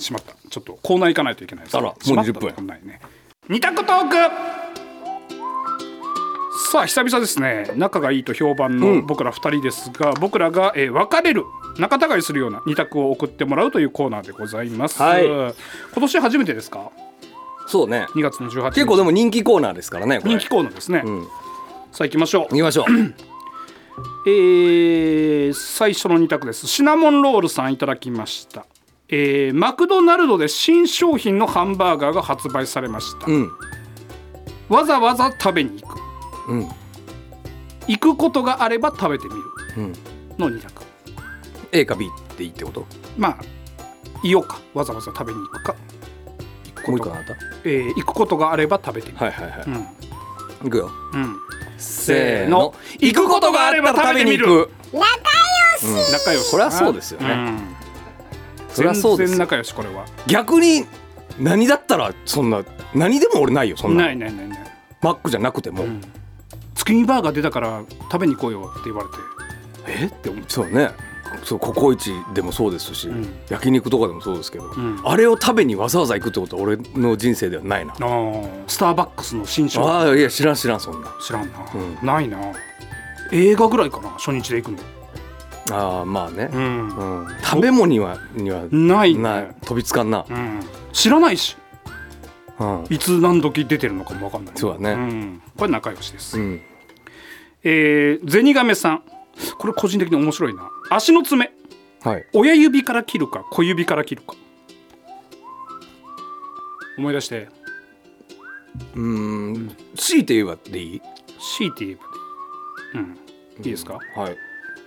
Speaker 3: しまったちょっとコーナー行かないといけないです
Speaker 4: あらもう
Speaker 3: しまった
Speaker 4: 20分
Speaker 3: コーナーにね二択トークさあ久々ですね仲がいいと評判の僕ら二人ですが、僕らが、えー別れる仲違いするような二択を送ってもらうというコーナーでございます、
Speaker 4: はい
Speaker 3: 今年初めてですか
Speaker 4: そうね
Speaker 3: 2月の18日
Speaker 4: 結構でも人気コーナーですからねこれ
Speaker 3: 人気コーナーですね、
Speaker 4: ん
Speaker 3: さあ行きましょう
Speaker 4: 行きましょう
Speaker 3: えー最初の2択ですシナモンロールさんいただきました、えーマクドナルドで新商品のハンバーガーが発売されました、
Speaker 4: うん
Speaker 3: わざわざ食べに行く
Speaker 4: うん
Speaker 3: 行くことがあれば食べてみる
Speaker 4: うん
Speaker 3: の2択
Speaker 4: A か B っていいってこと
Speaker 3: まあいようかわざわざ食べに行くか、
Speaker 4: もう一個あなた
Speaker 3: えー行くことがあれば食べてみる、
Speaker 4: はいはいはい、
Speaker 3: うん
Speaker 4: いくよ
Speaker 3: うん、
Speaker 4: せ
Speaker 3: ーの
Speaker 4: 行くことがあれば食べに行く
Speaker 3: 仲良し
Speaker 4: そりゃそうですよね
Speaker 3: ん
Speaker 4: そりゃそう
Speaker 3: 全
Speaker 4: で
Speaker 3: 然
Speaker 4: す
Speaker 3: 仲良しこれは
Speaker 4: 逆に何だったらそんな何でも俺ないよそんな
Speaker 3: ないないないない
Speaker 4: マックじゃなくても、
Speaker 3: ん月見バーガー出たから食べに行こうよって言われて
Speaker 4: えって思っそうねそうココイチでもそうですし、
Speaker 3: ん
Speaker 4: 焼肉とかでもそうですけど、
Speaker 3: ん
Speaker 4: あれを食べにわざわざ行くってことは俺の人生ではないな、
Speaker 3: あースターバックスの新商品
Speaker 4: ああいや知らん知らんそんな
Speaker 3: 知らんな、
Speaker 4: う
Speaker 3: ないな映画ぐらいかな初日で行くの
Speaker 4: ああまあね、
Speaker 3: ん
Speaker 4: う、ん食べ物にはには
Speaker 3: ないね
Speaker 4: ない飛びつかんな、
Speaker 3: うん、知らないし
Speaker 4: うん
Speaker 3: いつ何時出てるのかも分かんない
Speaker 4: そうだね
Speaker 3: ん、これ仲良しです、
Speaker 4: うん、
Speaker 3: えー、ゼニガメさんこれ個人的に面白いな足の爪
Speaker 4: はい
Speaker 3: 親指から切るか小指から切るか思い出して
Speaker 4: うーん強いて言えばでいい
Speaker 3: 強いて言えばうんいいですか、
Speaker 4: はい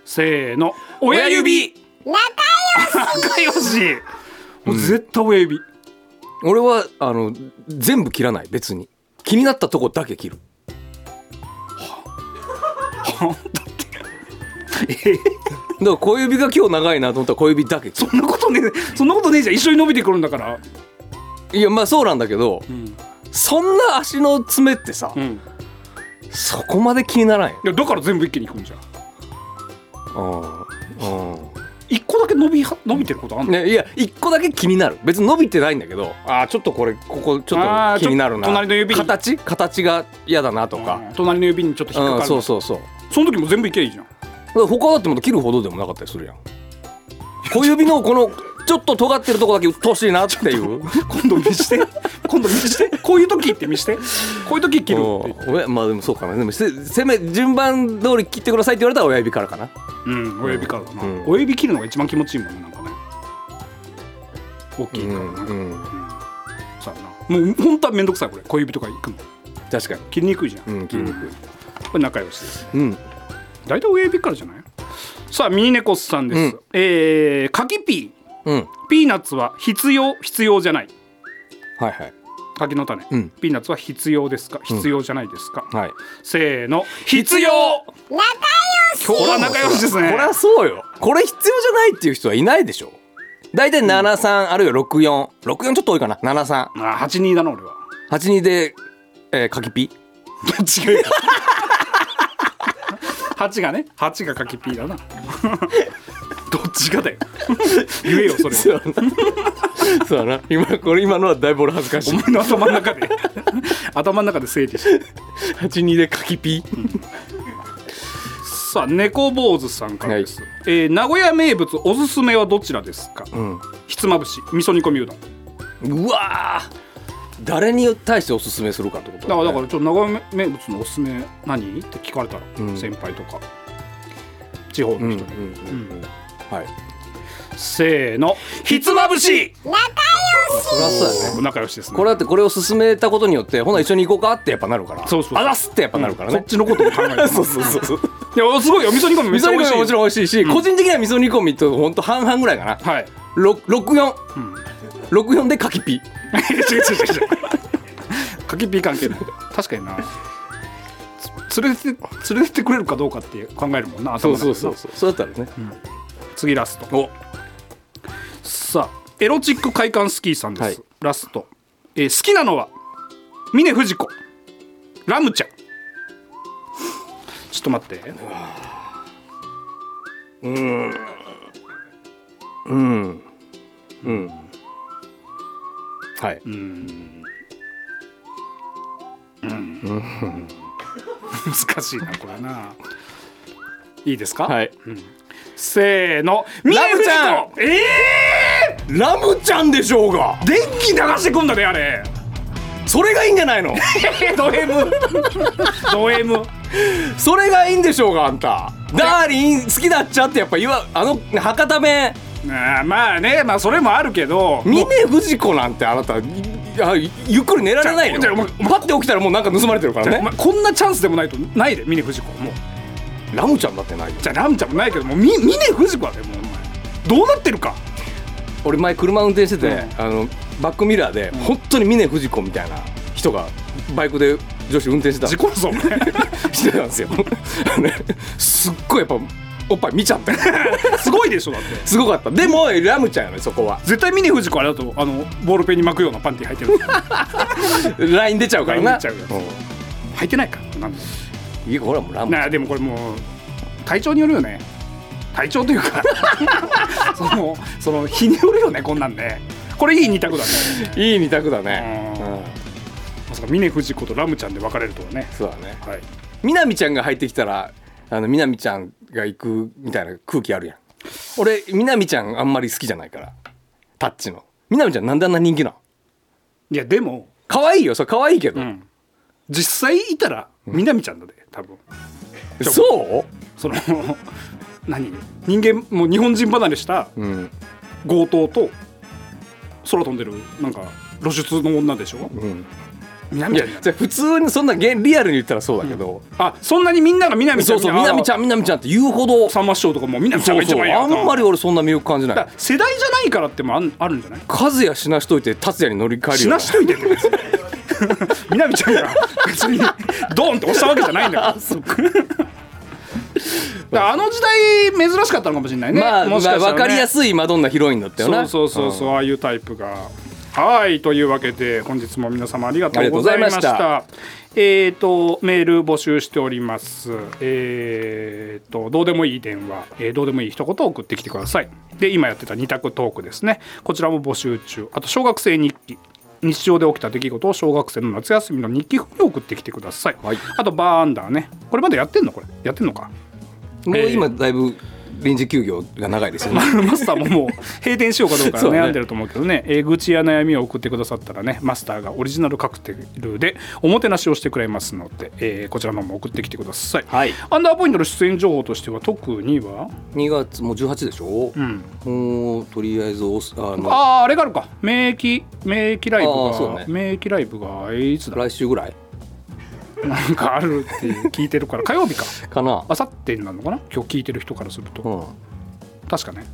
Speaker 3: せーの親指仲良しもう絶対親指、
Speaker 4: 俺はあの全部切らない別に気になったとこだけ切るだから小指が今日長いなと思ったら小指だけ切る
Speaker 3: そんなことねえそんなことねえじゃん一緒に伸びてくるんだから、
Speaker 4: いやまあそうなんだけど、そんな足の爪ってさ、
Speaker 3: うん、い
Speaker 4: そこまで気にならんよ、
Speaker 3: やだから全部一気にいくんじゃん
Speaker 4: うん
Speaker 3: 一個だけ伸びは伸びてることあんの、
Speaker 4: ね、いや一個だけ気になる別に伸びてないんだけどあーちょっとこれここちょ
Speaker 3: あ
Speaker 4: っ
Speaker 3: ー
Speaker 4: と気になる
Speaker 3: ち
Speaker 4: な
Speaker 3: ょ隣の指に
Speaker 4: 形形が嫌だなとか、
Speaker 3: うん隣の指にちょっと引っかか
Speaker 4: うん、
Speaker 3: る
Speaker 4: そうそうそう
Speaker 3: その時も全部いけばいい じゃん
Speaker 4: だから他だってまた切るほどでもなかったりするやん小指のこのちょっと尖ってるとこだけうっとうしいなっていう
Speaker 3: 今度見して 今度見してこういう時って見してこういう時切るって言って
Speaker 4: うんおやまあでもそうかなでもせせめ順番通り切ってくださいって言われたら親指からかな
Speaker 3: うん親指からだな、
Speaker 4: うん
Speaker 3: 親指切るのが一番気持ちいいもんねなんかね大きいからな、
Speaker 4: うん
Speaker 3: さあなもう本当はめんどくさいこれ小指とかいくの
Speaker 4: 確かに
Speaker 3: 切りにくいじゃん、
Speaker 4: うん切りにくい
Speaker 3: これ仲良しです
Speaker 4: うん
Speaker 3: 大体親指からじゃないさあミニネコスさんです、
Speaker 4: うん
Speaker 3: えー、カキピー
Speaker 4: うん
Speaker 3: ピーナッツは必要必要じゃない
Speaker 4: はいはい
Speaker 3: 柿の種、
Speaker 4: うん
Speaker 3: ピーナッツは必要ですか必要じゃないですか、
Speaker 4: はい
Speaker 3: せーの必要今日は仲良しですね
Speaker 4: これはそうよこれ必要じゃないっていう人はいないでしょ大体73、あるいは6464ちょっと多いかな7382
Speaker 3: あ八人だな俺は
Speaker 4: で、えー、かきピ
Speaker 3: 違う 八がね八が柿ピーだ などっちがだよ言えよ それ
Speaker 4: そうやなそうやな今これ今のはだいぶ俺恥ずかし
Speaker 3: お
Speaker 4: い
Speaker 3: 前の頭の中で頭の中で整理して
Speaker 4: 82でかきピ
Speaker 3: さあ猫坊主さんからです、えー名古屋名物おすすめはどちらですか、
Speaker 4: ん
Speaker 3: ひつまぶし味噌煮込みうどん
Speaker 4: うわー誰に対しておすすめするかってこと
Speaker 3: だからだかららちょっと名古屋名物のおすすめ何って聞かれたら、
Speaker 4: ん
Speaker 3: 先輩とか地方の
Speaker 4: うんうん
Speaker 3: 人
Speaker 4: うん
Speaker 3: に、
Speaker 4: うんはい
Speaker 3: せーのひつまぶし
Speaker 4: そりゃそうやね
Speaker 3: 仲良しですね
Speaker 4: これだってこれを勧めたことによってほな一緒に行こうかってやっぱなるから
Speaker 3: そうそうそう
Speaker 4: あらすってやっぱなるから
Speaker 3: こっ
Speaker 4: ね、
Speaker 3: ちのことも考えてます
Speaker 4: そうそうそうそう
Speaker 3: いやすごいよ味噌煮込みめっ
Speaker 4: 味
Speaker 3: ちゃ
Speaker 4: 噌
Speaker 3: 美
Speaker 4: 煮
Speaker 3: 味
Speaker 4: 込
Speaker 3: しい
Speaker 4: みももちろん美味しいし、個人的には味噌煮込みと本当半々ぐらいかな
Speaker 3: はい
Speaker 4: ろ64、 64で柿 ピ
Speaker 3: 違う違う違う違うかきピー関係ない確かになつ連れて連れてってくれるかどうかって考えるもんな頭の中でな
Speaker 4: そうそうだったらね、
Speaker 3: 次ラスト
Speaker 4: お
Speaker 3: さあエロチック快感スキーさんです、
Speaker 4: はい
Speaker 3: ラスト、えー好きなのは峰不二子ラムちゃんちょっと待って
Speaker 4: はい、
Speaker 3: 難しいなこれないいですか、
Speaker 4: はい、
Speaker 3: せーの
Speaker 4: ラムちゃん
Speaker 3: 峰不二子え
Speaker 4: ラムちゃんでしょうが
Speaker 3: ー、電気流してくんだねあれ
Speaker 4: それがいいんじゃないの
Speaker 3: ド M ド M
Speaker 4: それがいいんでしょうがあんたダーリン好きだっちゃってやっぱ言わあの博多弁
Speaker 3: あーまあねまあそれもあるけど
Speaker 4: 峰不二子なんてあなたいあゆっくり寝られないよ
Speaker 3: じゃあお前
Speaker 4: パッて起きたらもうなんか盗まれてるから
Speaker 3: お
Speaker 4: ね
Speaker 3: 前こんなチャンスでもないとないで峰不二子もう
Speaker 4: ラムちゃんだってないよ
Speaker 3: じゃあラムちゃんもないけどもうみ峰不二子はねもうお前どうなってるか
Speaker 4: 俺前車運転してて、
Speaker 3: う
Speaker 4: あのバックミラーで、本当に峰不二子みたいな人がバイクで女子運転してた
Speaker 3: 事故るぞお前
Speaker 4: してたんですよねすっごいやっぱおっぱい見ち ゃったよ
Speaker 3: すごいでしょだって
Speaker 4: すごかったでもラムちゃんやね そこは
Speaker 3: 絶対峰不二子あれだとあのボールペンに巻くようなパンティ履いてる
Speaker 4: ライン出ちゃうから
Speaker 3: ラ
Speaker 4: な
Speaker 3: イン出ちゃうよ履いてないかなんで
Speaker 4: うんいやほらもうラムちゃん
Speaker 3: なあでもこれもう体調によるよね体調という かそのその日によるよねこんなんねこれいい二択だね
Speaker 4: いい二択だね
Speaker 3: う
Speaker 4: うんん、
Speaker 3: まさか峰不二子とラムちゃんで別れるとはね
Speaker 4: そうだね
Speaker 3: はい
Speaker 4: みなみちゃんが入ってきたらあのみなみちゃんが行くみたいな空気あるやん俺みなみちゃんあんまり好きじゃないからタッチのみなみちゃんなんであんな人気なの
Speaker 3: いやでも、
Speaker 4: 可愛いよそれ可愛いけど、
Speaker 3: うん、実際いたら南ちゃんだで多分
Speaker 4: そ
Speaker 3: その何人間もう日本人離れした
Speaker 4: う、うん
Speaker 3: 強盗と空飛んでるなんか露出の女でしょ
Speaker 4: うん、い
Speaker 3: 南ち
Speaker 4: や
Speaker 3: ゃんじゃない
Speaker 4: じゃあ普通にそんなげリアルに言ったらそうだけど、
Speaker 3: あそんなにみんなが南ちゃん
Speaker 4: そうそうみなみちゃ
Speaker 3: ん
Speaker 4: んみなみちゃんって言うほどそ
Speaker 3: さんま師匠とかも南ちゃんが
Speaker 4: う
Speaker 3: 一
Speaker 4: そう
Speaker 3: 番や
Speaker 4: あんま
Speaker 3: り
Speaker 4: り俺そんな魅力感じない
Speaker 3: 世代じゃないからってもあんあるんじゃない
Speaker 4: 和也しなしといて達也に乗り換える
Speaker 3: 死
Speaker 4: よ
Speaker 3: なしといてって別に 南ちゃんが別にドーンって押したわけじゃないんだ からだからあの時代珍しかったのかもしれないね、
Speaker 4: まあ、
Speaker 3: もし
Speaker 4: まあ
Speaker 3: したら
Speaker 4: 分かりや
Speaker 3: ね
Speaker 4: すいマドンナヒロインだったよな
Speaker 3: そうそうそうそう、ああいうタイプがはいというわけで本日も皆様ありがとうございました
Speaker 4: ありがとう
Speaker 3: えっ、とメール募集しておりますえっ、とどうでもいい電話、えーどうでもいい一言を送ってきてくださいで今やってた二択トークですねこちらも募集中あと小学生日記日常で起きた出来事を小学生の夏休みの日記風に送ってきてください、
Speaker 4: はい
Speaker 3: あとバーアンダーねこれまだやってんのこれやってんのか
Speaker 4: もう今だいぶ臨時休業が長 いですよね。
Speaker 3: マスターももう閉店しようかどうか
Speaker 4: そうね
Speaker 3: 悩んでると思うけどねえー愚痴や悩みを送ってくださったらねマスターがオリジナルカクテルでおもてなしをしてくれますので、えーこちらの方も送ってきてください、
Speaker 4: はい
Speaker 3: アンダーポイントの出演情報としては特には
Speaker 4: 2月もう18でしょ。もうとりあえずおすあの
Speaker 3: あああれがあるか免疫免疫ライブ
Speaker 4: あーそう
Speaker 3: が、
Speaker 4: ね
Speaker 3: 免疫ライブがいつだ
Speaker 4: 来週ぐらい
Speaker 3: なんかあるって聞いてる から火曜日か
Speaker 4: かな。
Speaker 3: あさってになるのかな今日聞いてる人からすると、
Speaker 4: うん。
Speaker 3: 確かね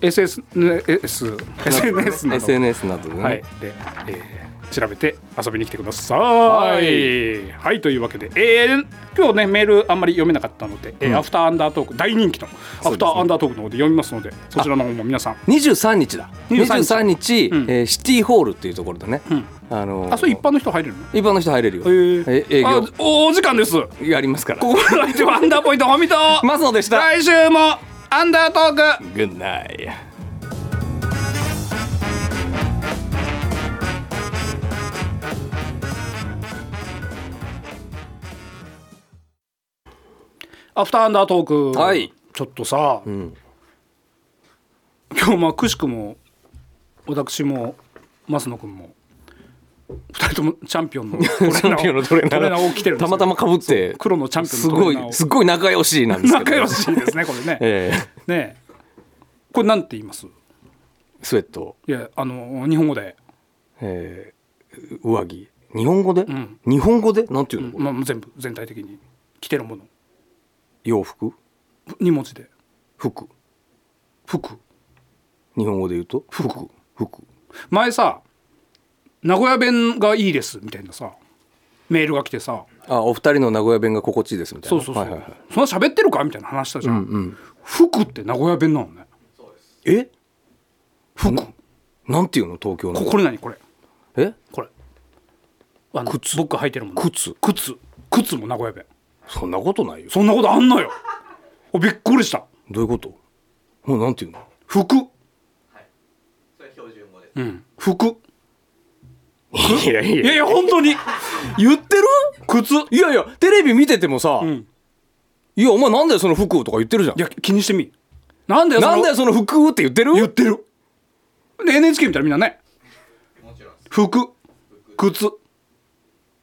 Speaker 3: SS SNS SNS など
Speaker 4: SNS などでね。
Speaker 3: はい、で、えー調べて遊びに来てください。はい、というわけで、えー今日ねメールあんまり読めなかったので、えーアフターアンダートーク大人気のアフターアンダートークの方で読みますので、そちらの方も皆さん、
Speaker 4: 23日だ。
Speaker 3: 23
Speaker 4: 23日、
Speaker 3: うん
Speaker 4: えーシティホールっていうところでね。あのー
Speaker 3: あ、それ一般の人入れるの？
Speaker 4: 一般の人入れるよ。え営
Speaker 3: あ
Speaker 4: 業
Speaker 3: おお時間です。こ
Speaker 4: やりますから。
Speaker 3: この相手はアンダーポイント本見と。
Speaker 4: マスノでした。
Speaker 3: 来週もアンダートーク。
Speaker 4: グッナイ。
Speaker 3: アフターアンダートーク。
Speaker 4: はい。
Speaker 3: ちょっとさ、
Speaker 4: ん
Speaker 3: 今日まあくしくも私も増野君も二人ともチャンピオン のトレ
Speaker 4: チャンピオンのトレーナー
Speaker 3: トレーナーを着てるんです
Speaker 4: た
Speaker 3: よ
Speaker 4: またま被って
Speaker 3: 黒のチャンピ
Speaker 4: す
Speaker 3: オンのト
Speaker 4: ご
Speaker 3: レ
Speaker 4: い
Speaker 3: ーナーを
Speaker 4: すごい仲良しなんですけど。
Speaker 3: 仲良。しですねこれね、
Speaker 4: ええ
Speaker 3: ねえこれなんて言いますい
Speaker 4: スウェット。
Speaker 3: やあの日本語で、
Speaker 4: えー上着日本語で、
Speaker 3: ん
Speaker 4: 日本語でなんていうの、これ
Speaker 3: まあ、全部全体的に着てるもの
Speaker 4: 洋服
Speaker 3: 2文字で
Speaker 4: 服
Speaker 3: 服
Speaker 4: 日本語で言うと服服
Speaker 3: 前さ名古屋弁がいいですみたいなさメールが来てさ
Speaker 4: あお二人の名古屋弁が心地いいですみたい
Speaker 3: そ
Speaker 4: な
Speaker 3: うそうそう、
Speaker 4: はいはいはい
Speaker 3: そんな喋ってるかみたいな話したじゃん、服って名古屋弁なのね
Speaker 4: え
Speaker 3: 服
Speaker 4: なんていうの東京の
Speaker 3: ここれ何これ
Speaker 4: え
Speaker 3: これあの僕が履いてるもの
Speaker 4: 靴
Speaker 3: 靴靴も名古屋弁
Speaker 4: そんなことないよ
Speaker 3: そんなことあんのよおびっくりした
Speaker 4: どういうこともうなんていうの
Speaker 3: 服うん服
Speaker 4: いやい
Speaker 3: いやいや本当に
Speaker 4: 言ってる
Speaker 3: 靴い
Speaker 4: いやいやテレビ見ててもさ、
Speaker 3: ん
Speaker 4: いやお前なんだよその服とか言ってるじゃん
Speaker 3: や気にしてみなんだよその
Speaker 4: なんだよその服って言ってる
Speaker 3: 言ってるで NHK 見たらみんなね服靴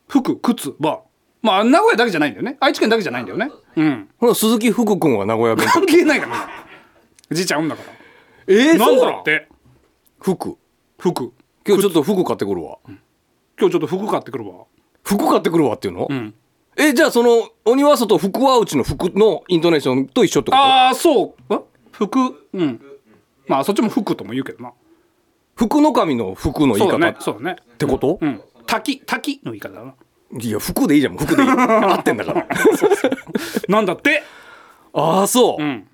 Speaker 3: 服靴バーまあ名古屋だけじゃないんだよね愛知県だけじゃないんだよねうん
Speaker 4: ほら鈴木福君は名古屋弁
Speaker 3: 関係ないからなじいちゃんうんだから
Speaker 4: え
Speaker 3: なんだっ
Speaker 4: っ
Speaker 3: て
Speaker 4: て服
Speaker 3: 服
Speaker 4: 今日ちょっと服買ってくるわ
Speaker 3: 今日ちょっと服買ってくるわ
Speaker 4: 服買ってくるわっていうの、
Speaker 3: ん
Speaker 4: えじゃあその鬼は外福は内の服のイントネーションと一緒ってこと
Speaker 3: ああそうえ服うんまあそっちも服とも言うけどな
Speaker 4: 服の神の服の言
Speaker 3: そ
Speaker 4: いう方
Speaker 3: だ
Speaker 4: っ
Speaker 3: ねそうだね
Speaker 4: てこと、
Speaker 3: うん滝滝の言い方だない
Speaker 4: や服でいいじゃんもう服でい い合ってんだから
Speaker 3: なんだって
Speaker 4: ああそう、
Speaker 3: うん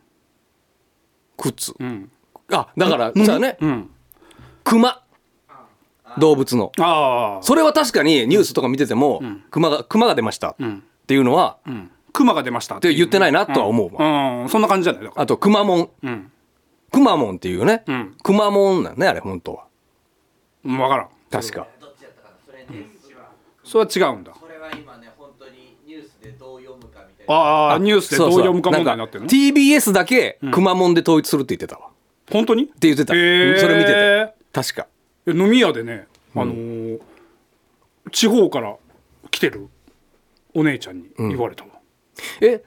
Speaker 4: 靴
Speaker 3: うん
Speaker 4: あだからじゃあね
Speaker 3: うん
Speaker 4: 熊動物の
Speaker 3: ああ
Speaker 4: それは確かにニュースとか見てても、熊が熊が出ましたっ
Speaker 3: ん
Speaker 4: ていうのは、っ
Speaker 3: 熊が出ましたって
Speaker 4: 言ってないいなとは思うわ、
Speaker 3: うんそんな感じじゃないだから
Speaker 4: あと熊門
Speaker 3: うん
Speaker 4: 熊門っていうね、
Speaker 3: ん
Speaker 4: 熊門なんねあれ本当は
Speaker 3: 分からん
Speaker 4: 確か
Speaker 6: それね、
Speaker 3: それは違うんだ
Speaker 6: これは今ね、本当にニュースでどう読むかみたいな。
Speaker 3: ああニュースでどう
Speaker 4: そうそ
Speaker 3: 読
Speaker 4: う
Speaker 3: むか問題になってる
Speaker 4: ん
Speaker 3: の
Speaker 4: か TBS だけ熊門で統一するって言ってたわ、っ
Speaker 3: 本当にって
Speaker 4: 言ってた、
Speaker 3: え
Speaker 4: それ見てて確か
Speaker 3: 飲み屋でね、あのー地方から来てるお姉ちゃんに言われたわ、
Speaker 4: え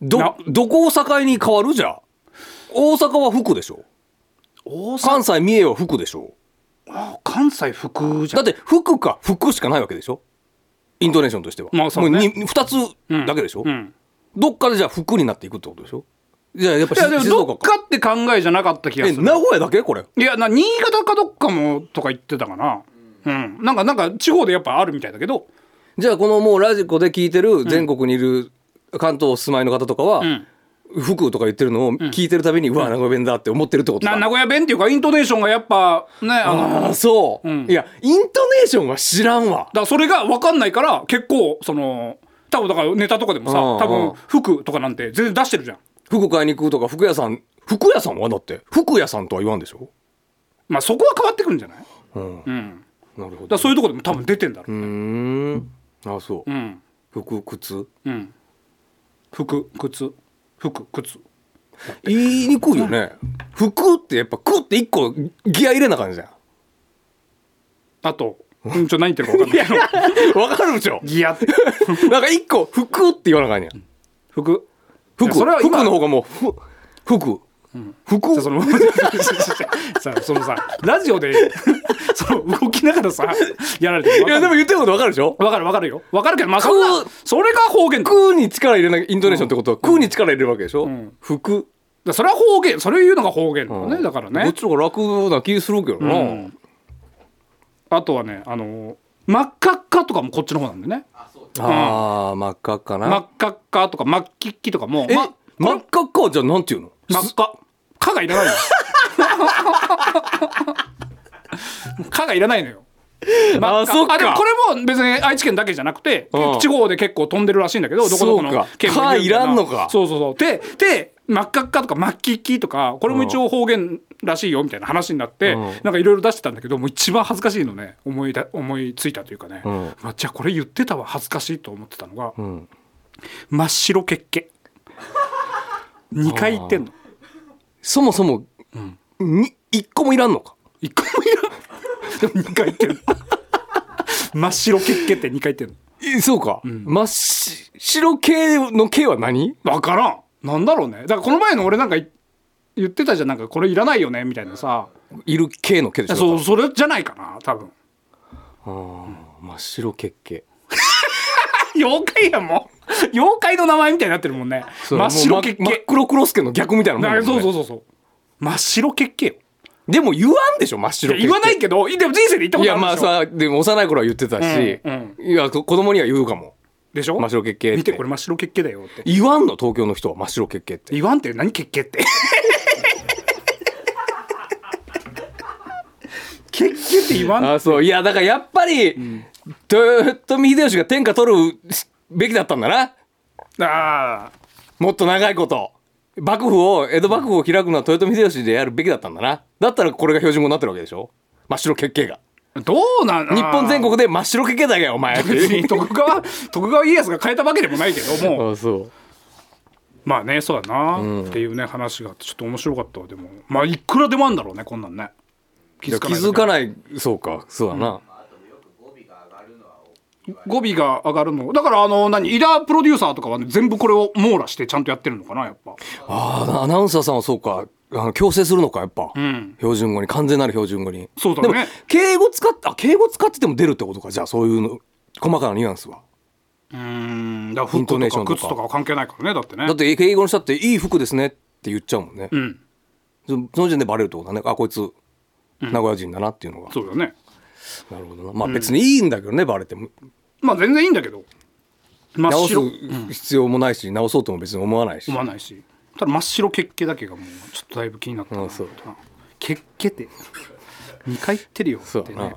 Speaker 3: な
Speaker 4: どどこを境に変わるじゃあ大阪は服でしょ
Speaker 3: 大
Speaker 4: 関西三重は服でしょ
Speaker 3: 関西服じゃ
Speaker 4: だ
Speaker 3: ん
Speaker 4: って服か服しかないわけでしょイントネーションとしては、
Speaker 3: まあそうね
Speaker 4: もう 2, つだけでしょ、
Speaker 3: うん
Speaker 4: どっかでじゃあ服になっていくってことでしょじゃあやっぱ
Speaker 3: いやでも
Speaker 4: 静
Speaker 3: ど
Speaker 4: 岡
Speaker 3: っ
Speaker 4: か
Speaker 3: かって考えじゃなかった気が
Speaker 4: え
Speaker 3: する
Speaker 4: 名古屋だけこれ
Speaker 3: いやな新潟かどっかもとか言ってたかなうん、なんかなんか地方でやっぱあるみたいだけど
Speaker 4: じゃあこのもうラジコで聞いてる全国にいる関東お住まいの方とかは、
Speaker 3: ん
Speaker 4: 服とか言ってるのを聞いてるたびに、うわ名古屋弁だって思ってるってことだ
Speaker 3: な名古屋弁っていうかイントネーションがやっぱねあの
Speaker 4: ああそう、いやイントネーションは知らん
Speaker 3: だ
Speaker 4: わ
Speaker 3: からそれが分かんないから結構その多分だからネタとかでもさ
Speaker 4: うんうん
Speaker 3: 多分服とかなんて全然出してるじゃん
Speaker 4: 服買いに行くとか服屋さん服屋さんはだって服屋さんとは言わんでしょ
Speaker 3: まあそこは変わってくるんじゃないだか
Speaker 4: なるほど
Speaker 3: らそういうとこでも多分出てんだろう
Speaker 4: うーんあそう、
Speaker 3: うん
Speaker 4: 服靴
Speaker 3: うん服靴服靴
Speaker 4: 言いにくいよね服ってやっぱ「く」って一個ギア入れな感じじゃん
Speaker 3: あとうんちょ何言ってるか分かんないけど
Speaker 4: わ かるでしょ
Speaker 3: ギアって
Speaker 4: なんか一個「服」って言わなあかんやん
Speaker 3: 服い
Speaker 4: 服
Speaker 3: やそれは
Speaker 4: 服
Speaker 3: 今
Speaker 4: の方がもうふ服、服
Speaker 3: じゃあその さそのさラジオでその動きながらさやられてる
Speaker 4: いやでも言ってることわかるでしょ
Speaker 3: 分かる分かるよ分かるけどまあそんな
Speaker 4: く
Speaker 3: それが方言だ
Speaker 4: 「く」に力入れないイントネーションってことは「く」に力入れるわけでしょ、
Speaker 3: ん
Speaker 4: 服
Speaker 3: だからそれは方言それを言うのが方言だよね、だからね
Speaker 4: こっちの方が楽な気するけどな、
Speaker 3: うんあとはねあのー真っ赤っかとかもこっちの方なんでね
Speaker 4: あー真っ赤っかな、
Speaker 3: 真っ赤っかとか真っきっきとかも
Speaker 4: え、
Speaker 3: ま
Speaker 4: 真っ赤っかはじゃあなんていうの
Speaker 3: 真っ赤「か」がいらないのよかがいらないのよ真っ赤
Speaker 4: そっか
Speaker 3: でもこれも別に愛知県だけじゃなくて、
Speaker 4: うん
Speaker 3: 地方で結構飛んでるらしいんだけどどこどこ
Speaker 4: そ
Speaker 3: の
Speaker 4: うか
Speaker 3: 県もるみた
Speaker 4: かいらんのか
Speaker 3: そうそうそうでで真っ赤っかとか真っきっきとかこれも一応方言らしいよみたいな話になって、
Speaker 4: うん
Speaker 3: なんかいろいろ出してたんだけどもう一番恥ずかしいのね思いだ思いついたというかね、
Speaker 4: ん
Speaker 3: うわじゃあこれ言ってたわ恥ずかしいと思ってたのが、
Speaker 4: ん
Speaker 3: 真っ白けっけ2回言ってんの
Speaker 4: そもそも、に一個もいらんのか
Speaker 3: 一個もいらんでも2回言ってる真っ白けっけって2回言ってる
Speaker 4: えそうか、真っし白系の系は何
Speaker 3: わからんなんだろうねだからこの前の俺なんかい言ってたじゃんなんかこれいらないよねみたいなさ
Speaker 4: いる系の系でしょ
Speaker 3: そうそれじゃないかな多分
Speaker 4: 真っ白血系
Speaker 3: 妖怪やんもう妖怪の名前みたいになってるもんね真っ白けっ
Speaker 4: 真っ
Speaker 3: け
Speaker 4: 黒クロスケの逆みたいなもん
Speaker 3: だ
Speaker 4: だ
Speaker 3: か
Speaker 4: もん
Speaker 3: ら
Speaker 4: ね
Speaker 3: そうそうそうそう真っ白けっけよ
Speaker 4: でも言わんでしょ真っ白
Speaker 3: いや言わない
Speaker 4: け
Speaker 3: けどいでも人生で言った
Speaker 4: い
Speaker 3: ことあ
Speaker 4: や
Speaker 3: る
Speaker 4: ま
Speaker 3: でしょ
Speaker 4: あさでも幼い頃は言ってたし、
Speaker 3: うん
Speaker 4: いやこ子供には言うかも
Speaker 3: でしょ
Speaker 4: 真っ白血系って
Speaker 3: 見てこれ真っ白血系だよって
Speaker 4: 言わんの東京の人は真っ白血系って
Speaker 3: 言わんって何血系って 血系って言わんって
Speaker 4: あそういやだからやっぱり、豊臣秀吉が天下取るべきだったんだな
Speaker 3: あー
Speaker 4: もっと長いこと幕府を江戸幕府を開くのは豊臣秀吉でやるべきだったんだなだったらこれが標準語になってるわけでしょ真っ白血系が
Speaker 3: どうなん
Speaker 4: 日本全国で真っ白血系だけよお前っ て
Speaker 3: 別に徳川 徳川家康が変えたわけでもないけども
Speaker 4: あそう
Speaker 3: まあねそうだな、っていうね話がちょっと面白かったわでもまあいくらでもあんだろうねこんなんね気
Speaker 4: いや気づか
Speaker 3: い
Speaker 4: ないそうかそうだな、
Speaker 3: 語尾が上がるのだからあの何イラプロデューサーとかは、ね、全部これを網羅してちゃんとやってるのかなやっぱ
Speaker 4: ああアナウンサーさんはそうかあの強制するのかやっぱ、
Speaker 3: ん
Speaker 4: 標準語に完全なる標準語に
Speaker 3: そうだね
Speaker 4: でも敬語使ってあ敬語使ってても出るってことかじゃあそういうの細かなニュアンスは
Speaker 3: うーんだから
Speaker 4: イントネー
Speaker 3: 服
Speaker 4: シ
Speaker 3: とか靴
Speaker 4: ョンとか
Speaker 3: とかは関係ないからねだってね
Speaker 4: だって敬語の人だっていい服ですねって言っちゃうもんね、
Speaker 3: うん
Speaker 4: そその時点でバレるってことだねあこいつ名古屋人だなっていうのが、
Speaker 3: そうだね
Speaker 4: なるほどなまあ別にいいんだけどね、バレても
Speaker 3: まあ全然いいんだけど真っ
Speaker 4: 直す
Speaker 3: 白
Speaker 4: 必要もないし、直そうとも別に思わないし、
Speaker 3: 思わないしただ真っ白血系だけがもうちょっとだいぶ気になったな
Speaker 4: あそう
Speaker 3: 血系って2回言ってるよ
Speaker 4: そう
Speaker 3: って
Speaker 4: だ
Speaker 3: ね
Speaker 4: な、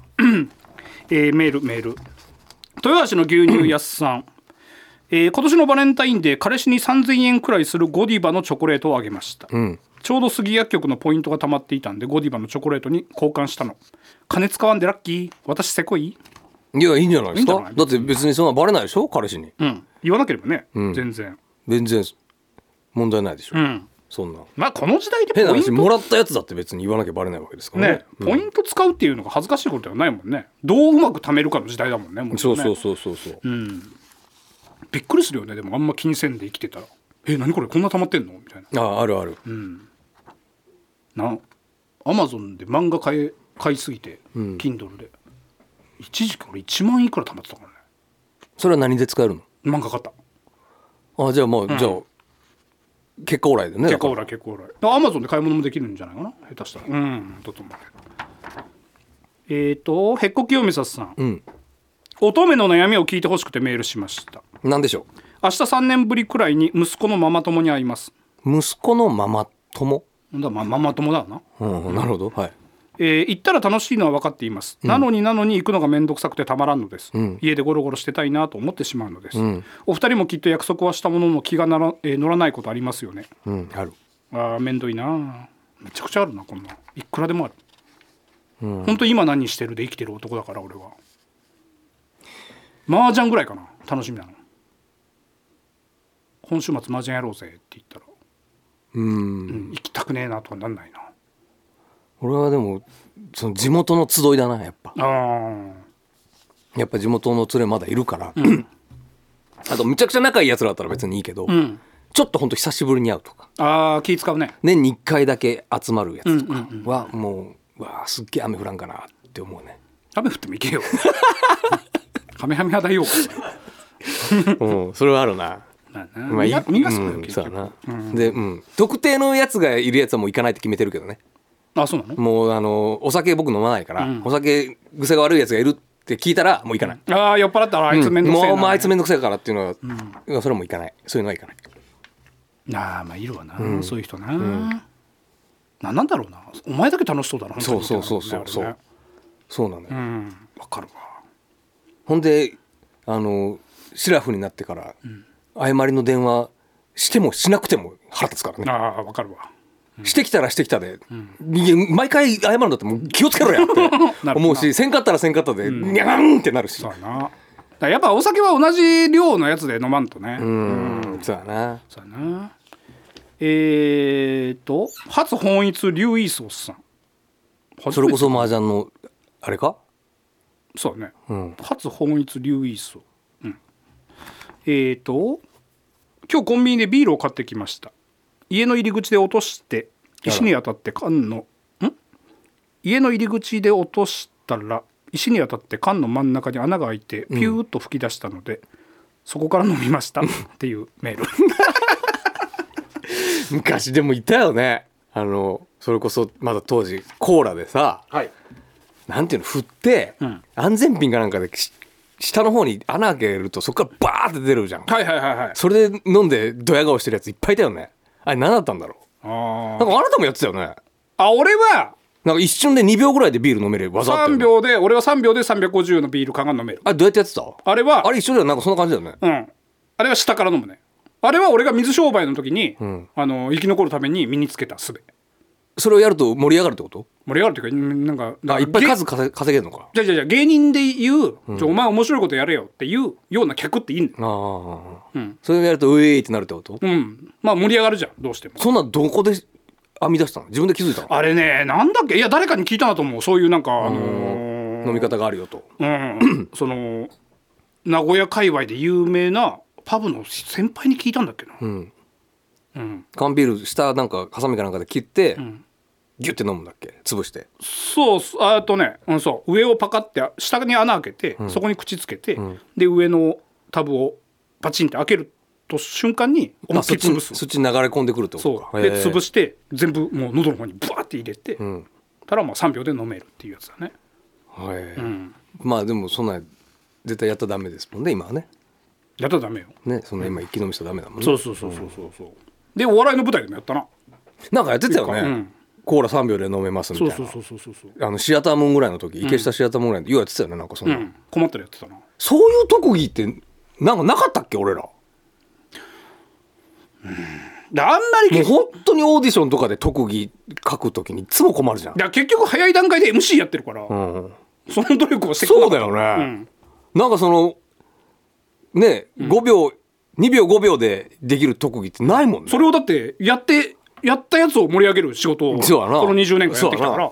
Speaker 3: えーメールメール豊橋の牛乳やすさん、えー今年のバレンタインデー彼氏に3000円くらいするゴディバのチョコレートをあげました、
Speaker 4: ん
Speaker 3: ちょうど杉薬局のポイントが溜まっていたんでゴディバのチョコレートに交換したの金使わんでラッキー私せこい
Speaker 4: いやいいんじゃないですか
Speaker 3: いいんじゃない
Speaker 4: だって別にそんなバレないでしょ彼氏に
Speaker 3: うん言わなければね、全然
Speaker 4: 全然問題ないでしょ、
Speaker 3: うん
Speaker 4: そんな
Speaker 3: まあこの時代で
Speaker 4: 変な
Speaker 3: ポイン
Speaker 4: 話
Speaker 3: ト
Speaker 4: もらったやつだって別に言わなきゃバレないわけですからね
Speaker 3: ね、ポイント使うっていうのが恥ずかしいことではないもんねどううまく貯めるかの時代だもんねもね
Speaker 4: そうそうそうそうそう、
Speaker 3: びっくりするよねでもあんま金銭で生きてたら「え何これこんな貯まってんの?」みたい
Speaker 4: あああるある、
Speaker 3: ななアマゾンで漫画買え買いすぎて、Kindle で一時期俺1万いくら貯まってたからね
Speaker 4: それは何で使える
Speaker 3: 漫画買った
Speaker 4: のあじゃあまあ、じゃあ結果オーライだよね
Speaker 3: 結
Speaker 4: だか
Speaker 3: 構
Speaker 4: ら
Speaker 3: おらい結構おらいアマゾンで買い物もできるんじゃないかな下手したらうんだと思うけどえっ、とへっこきよみささん、
Speaker 4: ん
Speaker 3: 乙女の悩みを聞いてほしくてメールしました
Speaker 4: なんでしょ
Speaker 3: 明日3年ぶりくらいに息子のママ友に会います
Speaker 4: う息子のママ友
Speaker 3: だまあママ友だわな、
Speaker 4: うん、なるほどはい
Speaker 3: えー行ったら楽しいのは分かっています、なのになのに行くのが面倒くさくてたまらんのです、家でゴロゴロしてたいなと思ってしまうのです、お二人もきっと約束はしたものの気がなら、えー乗らないことありますよね
Speaker 4: うんある
Speaker 3: あー面倒いなめちゃくちゃあるなこんなんいくらでもある、ほんと今何してるで生きてる男だから俺は麻雀ぐらいかな楽しみなの今週末麻雀やろうぜって言ったら
Speaker 4: うん
Speaker 3: うん行きたくねえなとはなんないな
Speaker 4: 俺はでもその地元の集いだなやっぱ
Speaker 3: あ
Speaker 4: やっぱ地元の連れまだいるから、あとむちゃくちゃ仲いいやつらだったら別にいいけど、
Speaker 3: ーうん
Speaker 4: ちょっとほんと久しぶりに会うとか
Speaker 3: あー気使うね
Speaker 4: 年に1回だけ集まるやつとかはもう,、わあすっげえ雨降らんかなって思うね、
Speaker 3: 雨降っても行 けよカメハメ派大王か
Speaker 4: うん、それはあるな
Speaker 3: まあな
Speaker 4: まあ、
Speaker 3: みんなみんなそうだよ
Speaker 4: うん、
Speaker 3: 結
Speaker 4: そう
Speaker 3: 局
Speaker 4: だな、で、うん、特定のやつがいるやつはもう行かないって決めてるけどね
Speaker 3: あそうなの
Speaker 4: もうあのお酒僕飲まないから、お酒癖が悪いやつがいるって聞いたらもう行かない、
Speaker 3: あー酔っ払ったらあ
Speaker 4: う
Speaker 3: い
Speaker 4: ん
Speaker 3: つ面倒くせえな、
Speaker 4: もうまああいつ面倒くせえからっていうのは、いやそれはもう行かないそういうのは行かない
Speaker 3: ああまあいるわな、そういう人な、なんなんだろうなお前だけ楽しそうだな本当に
Speaker 4: そうそうそう
Speaker 3: みた
Speaker 4: そう
Speaker 3: いなのね
Speaker 4: そうなんだよ、
Speaker 3: あれねうんわかるわ
Speaker 4: ほんであのシラフになってから、誤りの電話してもしなくても腹立つからね
Speaker 3: ああわかるわ
Speaker 4: してきたらしてきたで、いや毎回謝るんだってもう気をつけろ やって
Speaker 3: な
Speaker 4: 思うしせんかったらせんかったで、にゃーんってなるし
Speaker 3: そうだなだからやっぱお酒は同じ量のやつで飲まんとね、
Speaker 4: うんそうだな
Speaker 3: そうやなえー、と初本一リュウ・イーソースさん
Speaker 4: それこそ麻雀のあれか
Speaker 3: そうね、
Speaker 4: ん
Speaker 3: 初本一リュウ・イーソー、うん、えー、と今日コンビニでビールを買ってきました家の入り口で落として石に当たって缶のん家の入り口で落としたら石に当たって缶の真ん中に穴が開いてピューッと吹き出したので、そこから飲みましたっていうメール
Speaker 4: 昔でもいたよねあのそれこそまだ当時コーラでさ
Speaker 5: はい
Speaker 4: なんていうの振って、安全ピンかなんかでし下の方に穴開けるとそこからバーって出るじゃん
Speaker 3: はいはいはいはい
Speaker 4: それで飲んでドヤ顔してるやついっぱいいたよねあれ何だったんだろ
Speaker 3: あ
Speaker 4: う
Speaker 3: ー
Speaker 4: なんかあなたもやってたよね
Speaker 3: あ俺は
Speaker 4: なんか一瞬で2秒ぐらいでビール飲める技あったよ
Speaker 3: 3
Speaker 4: ね
Speaker 3: 秒で俺は3秒で350のビール缶が飲める
Speaker 4: あれどうやってやってた
Speaker 3: あれは
Speaker 4: あれ一緒だよなんかそんな感じだよね
Speaker 3: うん、あれは下から飲むねあれは俺が水商売の時に、あの生き残るために身につけた術
Speaker 4: それをやると盛り上がるってこと
Speaker 3: 盛り上がるっていうかなんか
Speaker 4: あいっぱい
Speaker 3: げ
Speaker 4: 数稼げ稼げるのか
Speaker 3: じゃあじゃあじゃあ芸人で言う、ちょお前面白いことやれよっていうような客っていいんだよ、
Speaker 4: ああ、
Speaker 3: うん
Speaker 4: それをやるとうえーってなるってこと、
Speaker 3: うん、まあ盛り上がるじゃんどうしても
Speaker 4: そんなんどこで編み出したの自分で気づいたの
Speaker 3: あれねなんだっけいや誰かに聞いたなと思うそういうなんか、あのー
Speaker 4: 飲み方があるよと
Speaker 3: うん、その名古屋界隈で有名なパブの先輩に聞いたんだっけな、
Speaker 4: ん
Speaker 3: うん
Speaker 4: 缶ビール下なんかハサミかなんかで切って、
Speaker 3: ん
Speaker 4: ギュッて飲むんだっけ潰して
Speaker 3: そうそうあとね、うん、そう上をパカって下に穴開けて、そこに口つけて、で上のタブをパチンって開けると瞬間に思いっき
Speaker 4: そっ
Speaker 3: り
Speaker 4: ち
Speaker 3: 潰
Speaker 4: に
Speaker 3: す
Speaker 4: そっちに流れ込んでくるってこ
Speaker 3: そ
Speaker 4: とか
Speaker 3: うで潰
Speaker 4: し
Speaker 3: して全部もう喉の方にブワーって入れて、
Speaker 4: ん
Speaker 3: たらまあ3秒で飲めるっていうやつだね
Speaker 4: はい、
Speaker 3: ん
Speaker 4: まあでもそんな絶対やったらダメですもんね今はね
Speaker 3: やったらダメよ、
Speaker 4: ねそんな今生き飲みしたらダメだもんね
Speaker 3: そうそうそうそうそうそうでお笑いの舞台でもやったな
Speaker 4: なんかやってたよね、
Speaker 3: うん
Speaker 4: コーラ3秒で飲めますみた
Speaker 3: そ
Speaker 4: いうな
Speaker 3: そうそうそうそうそう
Speaker 4: あのシアターモンぐらいの時池下シアターモンぐらいの時ようやってたよねなんかそん
Speaker 3: う
Speaker 4: な、
Speaker 3: ん困ったらやってたな
Speaker 4: そういう特技ってなんかなかったっけ俺らも
Speaker 3: であんまり
Speaker 4: う
Speaker 3: 結
Speaker 4: 本当にオーディションとかで特技書く時にいつも困るじゃん
Speaker 3: だから結局早い段階で MC やってるから、
Speaker 4: ん
Speaker 3: その努力をしてこ
Speaker 4: そ
Speaker 3: な
Speaker 4: う
Speaker 3: か
Speaker 4: だ
Speaker 3: った
Speaker 4: よね、なんかそのね5秒、2秒5秒でできる特技ってないもんね
Speaker 3: それをだってやってやったやつを盛り上げる仕事をこ
Speaker 4: そうやな
Speaker 3: の20年間やってきたか
Speaker 4: そうやな
Speaker 3: ら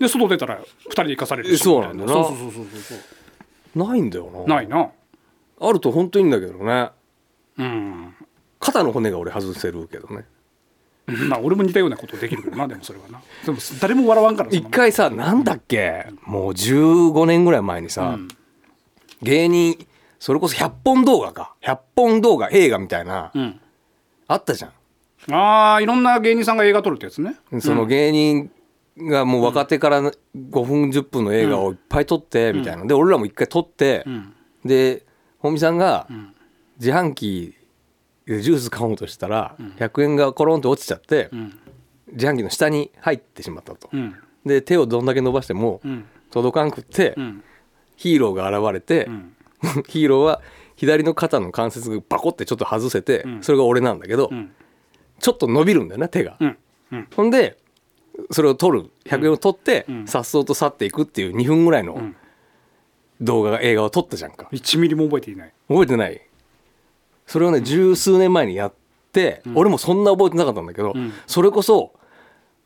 Speaker 3: で外出たら2人で行かされるし
Speaker 4: そうなんだよな
Speaker 3: みたいそうそうそうそうそう
Speaker 4: ないんだよな
Speaker 3: ないな
Speaker 4: あると本当にいいんだけどね
Speaker 3: うん
Speaker 4: 肩の骨が俺外せるけどね
Speaker 3: まあ俺も似たようなことできるけどなでもそれはなでも誰も笑わんからそん
Speaker 4: 一
Speaker 3: なの
Speaker 4: 回さなんだっけもう15年ぐらい前にさ、芸人それこそ100本動画か100本動画映画みたいな、
Speaker 3: ん
Speaker 4: あったじゃ
Speaker 3: ああいろんな芸人さんが映画撮るってやつね
Speaker 4: んその芸人がもう若手から5分10分の映画をいっぱい撮ってみたいな、で俺らも一回撮って、で本見さんが自販機でジュース買おうとしたら100円がコロンと落ちちゃって、自販機の下に入ってしまったと。
Speaker 3: うん
Speaker 4: で手をどんだけ伸ばしても
Speaker 3: ん
Speaker 4: 届かんくって、
Speaker 3: ん
Speaker 4: ヒーローが現れて、
Speaker 3: ん
Speaker 4: ヒーローは左の肩の関節がバコってちょっと外せて、それが俺なんだけど、
Speaker 3: ん
Speaker 4: ちょっと伸びるんだよね手が、
Speaker 3: うん
Speaker 4: ほんでそれを取る100円を取ってさっそうと去っていくっていう2分ぐらいの
Speaker 3: ん
Speaker 4: 動画が映画を撮ったじゃんか
Speaker 3: 1ミリも覚えていない
Speaker 4: 覚えてないそれをね十数年前にやって、俺もそんな覚えてなかったんだけど、それこそ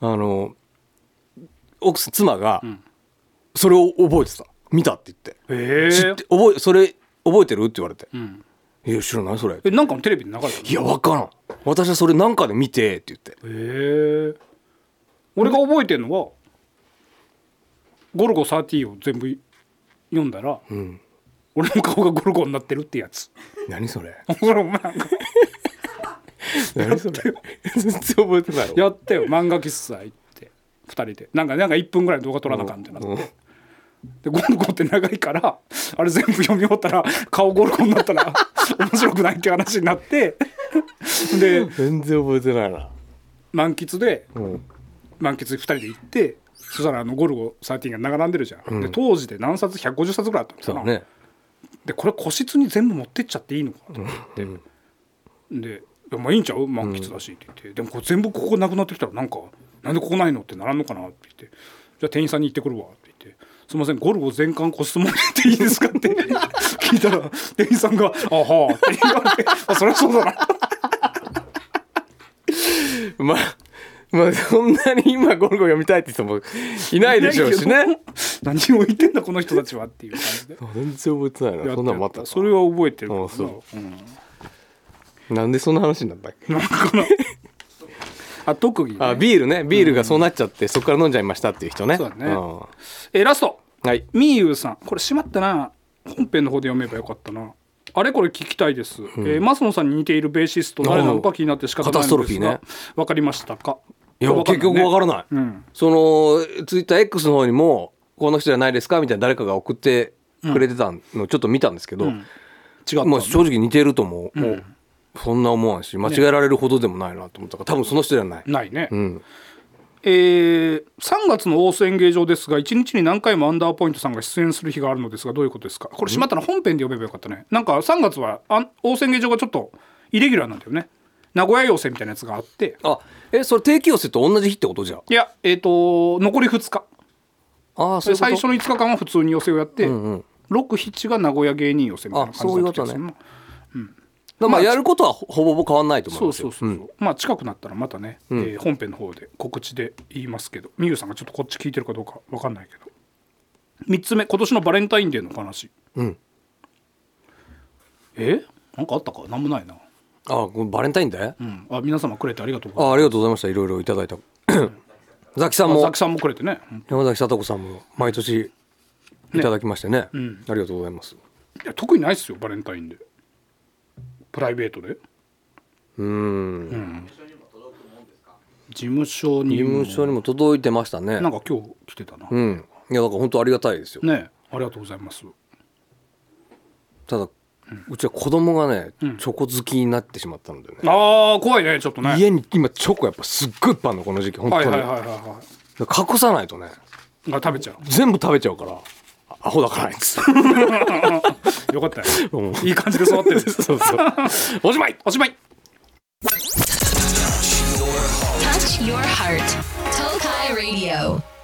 Speaker 4: あの奥さん妻がそれを覚えてた見たって言って
Speaker 3: え
Speaker 4: 「知って覚えそれ覚えてる?」って言われて「
Speaker 3: ん
Speaker 4: いや知らないそれ」
Speaker 3: えなんかのテレビで流れたの
Speaker 4: いや分からん私はそれなんかで見て」って言って
Speaker 3: へえ俺が覚えてるのは「ゴルゴ13」を全部読んだら、俺の顔がゴルゴになってるってやつ
Speaker 4: 「何それ
Speaker 3: これお前なんか
Speaker 4: 何それ全然覚えてない
Speaker 3: やったよ漫画喫茶行って2人でなんかなんか1分ぐらいの動画撮らなあかんってなって、でゴルゴって長いからあれ全部読み終わったら顔ゴルゴになったら面白くないって話になってで
Speaker 4: 全然覚えてないな
Speaker 3: 満喫で
Speaker 4: うん
Speaker 3: 満喫2人で行ってそしたらあのゴルゴ13が並んでるじゃん、で当時で何冊150冊ぐらいあったんです
Speaker 4: そ
Speaker 3: よ
Speaker 4: うね
Speaker 3: でこれ個室に全部持ってっちゃっていいのかなと思って、で「いやまあいいんちゃう満喫だし」って言って、でもこれ全部ここなくなってきたらなんか「なんでここないの?」ってならんのかなって言って「じゃあ店員さんに行ってくるわ」って言って「すいませんゴルゴ全巻個室持ってっていいですか?」って 聞いたら店員さんが「あはあ」って言われて「あそりゃそうだな」
Speaker 4: まあまあそんなに今ゴルゴ読みたいって人もいないでしょうしね。
Speaker 3: 何を言ってんだこの人たちはっていう感じで。
Speaker 4: 全然覚えてないな。 そんなのもあったな
Speaker 3: それは覚えてるけ
Speaker 4: あ
Speaker 3: ど
Speaker 4: あそ
Speaker 3: な
Speaker 4: なんでそんな話になったっけ。
Speaker 3: あ特技ね
Speaker 4: あビールねビールがそうなっちゃって、そこから飲んじゃいましたっていう人ね。
Speaker 3: そうだね
Speaker 4: んは
Speaker 3: えラスト
Speaker 4: い。
Speaker 3: みゆうさんこれしまったな本編の方で読めばよかったなあれこれ聞きたいです、えーマスノさんに似ているベーシスト誰なのか気になって仕方ないん
Speaker 4: カタストロ
Speaker 3: です
Speaker 4: フィー
Speaker 3: がわ
Speaker 4: ね、
Speaker 3: かりましたか
Speaker 4: いや
Speaker 3: わかん
Speaker 4: 結
Speaker 3: ないね
Speaker 4: 局わからない、
Speaker 3: うん
Speaker 4: そのツイッター X の方にも「この人じゃないですか?」みたいな誰かが送ってくれてたのをちょっと見たんですけど、
Speaker 3: ん違った
Speaker 4: まあ、正直似てるとも、もうそんな思わんし間違えられるほどでもないなと思ったから多分その人じゃない、
Speaker 3: ないね、
Speaker 4: うん、
Speaker 3: えー、3月の大須演芸場ですが1日に何回もアンダーポイントさんが出演する日があるのですがどういうことですかこれ島田の本編で読めばよかったねなんか3月はあん大須演芸場がちょっとイレギュラーなんだよね名古屋寄せみたいなやつがあって
Speaker 4: あえそれ定期寄せと同じ日ってことじゃ
Speaker 3: いやえっ、と残り2日
Speaker 4: ああそう
Speaker 3: で
Speaker 4: いうこと
Speaker 3: 最初の5日間は普通に寄せをやって、
Speaker 4: うん
Speaker 3: 67が名古屋芸人寄せみたいな感じになってきてます
Speaker 4: あそういうこだからまあやることはほほぼほぼ変わんないと思い
Speaker 3: そ
Speaker 4: ま
Speaker 3: う
Speaker 4: す
Speaker 3: そ
Speaker 4: よ
Speaker 3: うそうそう、まあ近くなったらまたね、えー本編の方で告知で言いますけどみゆうさんがちょっとこっち聞いてるかどうかわかんないけど3つ目今年のバレンタインデーの話
Speaker 4: うん
Speaker 3: えなんかあったかなんもないな、
Speaker 4: あこのバレンタインデー
Speaker 3: うん、あ皆様くれてありがとうござい
Speaker 4: あありがとうございましたいろいろいただい たザキさん
Speaker 3: ます
Speaker 4: も
Speaker 3: ザキさんもくれてね、うん
Speaker 4: 山崎聡子さんも毎年いただきましてねありがとうございます
Speaker 3: いや特にないっすよバレンタインデープライベートで
Speaker 4: うーん
Speaker 3: 事務所に
Speaker 4: 事
Speaker 3: も
Speaker 4: 務所にも届いてましたね
Speaker 3: なんか今日来てたな、
Speaker 4: うんいやだから本当ありがたいですよ
Speaker 3: ねありがとうございます
Speaker 4: ただうちは子供がねチョコ好きになってしまったのでね
Speaker 3: あー怖いねちょっとね
Speaker 4: 家に今チョコやっぱすっごいいっぱいあるのこの時期本当
Speaker 3: はい
Speaker 4: に
Speaker 3: はい
Speaker 4: だ
Speaker 3: はい
Speaker 4: か
Speaker 3: はいは
Speaker 4: ら隠さないとね
Speaker 3: いが食べちゃう
Speaker 4: 全部食べちゃうからあアホだからあい つ
Speaker 3: よかったよ
Speaker 4: うん
Speaker 3: いい感じで育ってる
Speaker 4: そうそう
Speaker 3: おしまいおしまい
Speaker 2: Touch your heart. Tokai Radio.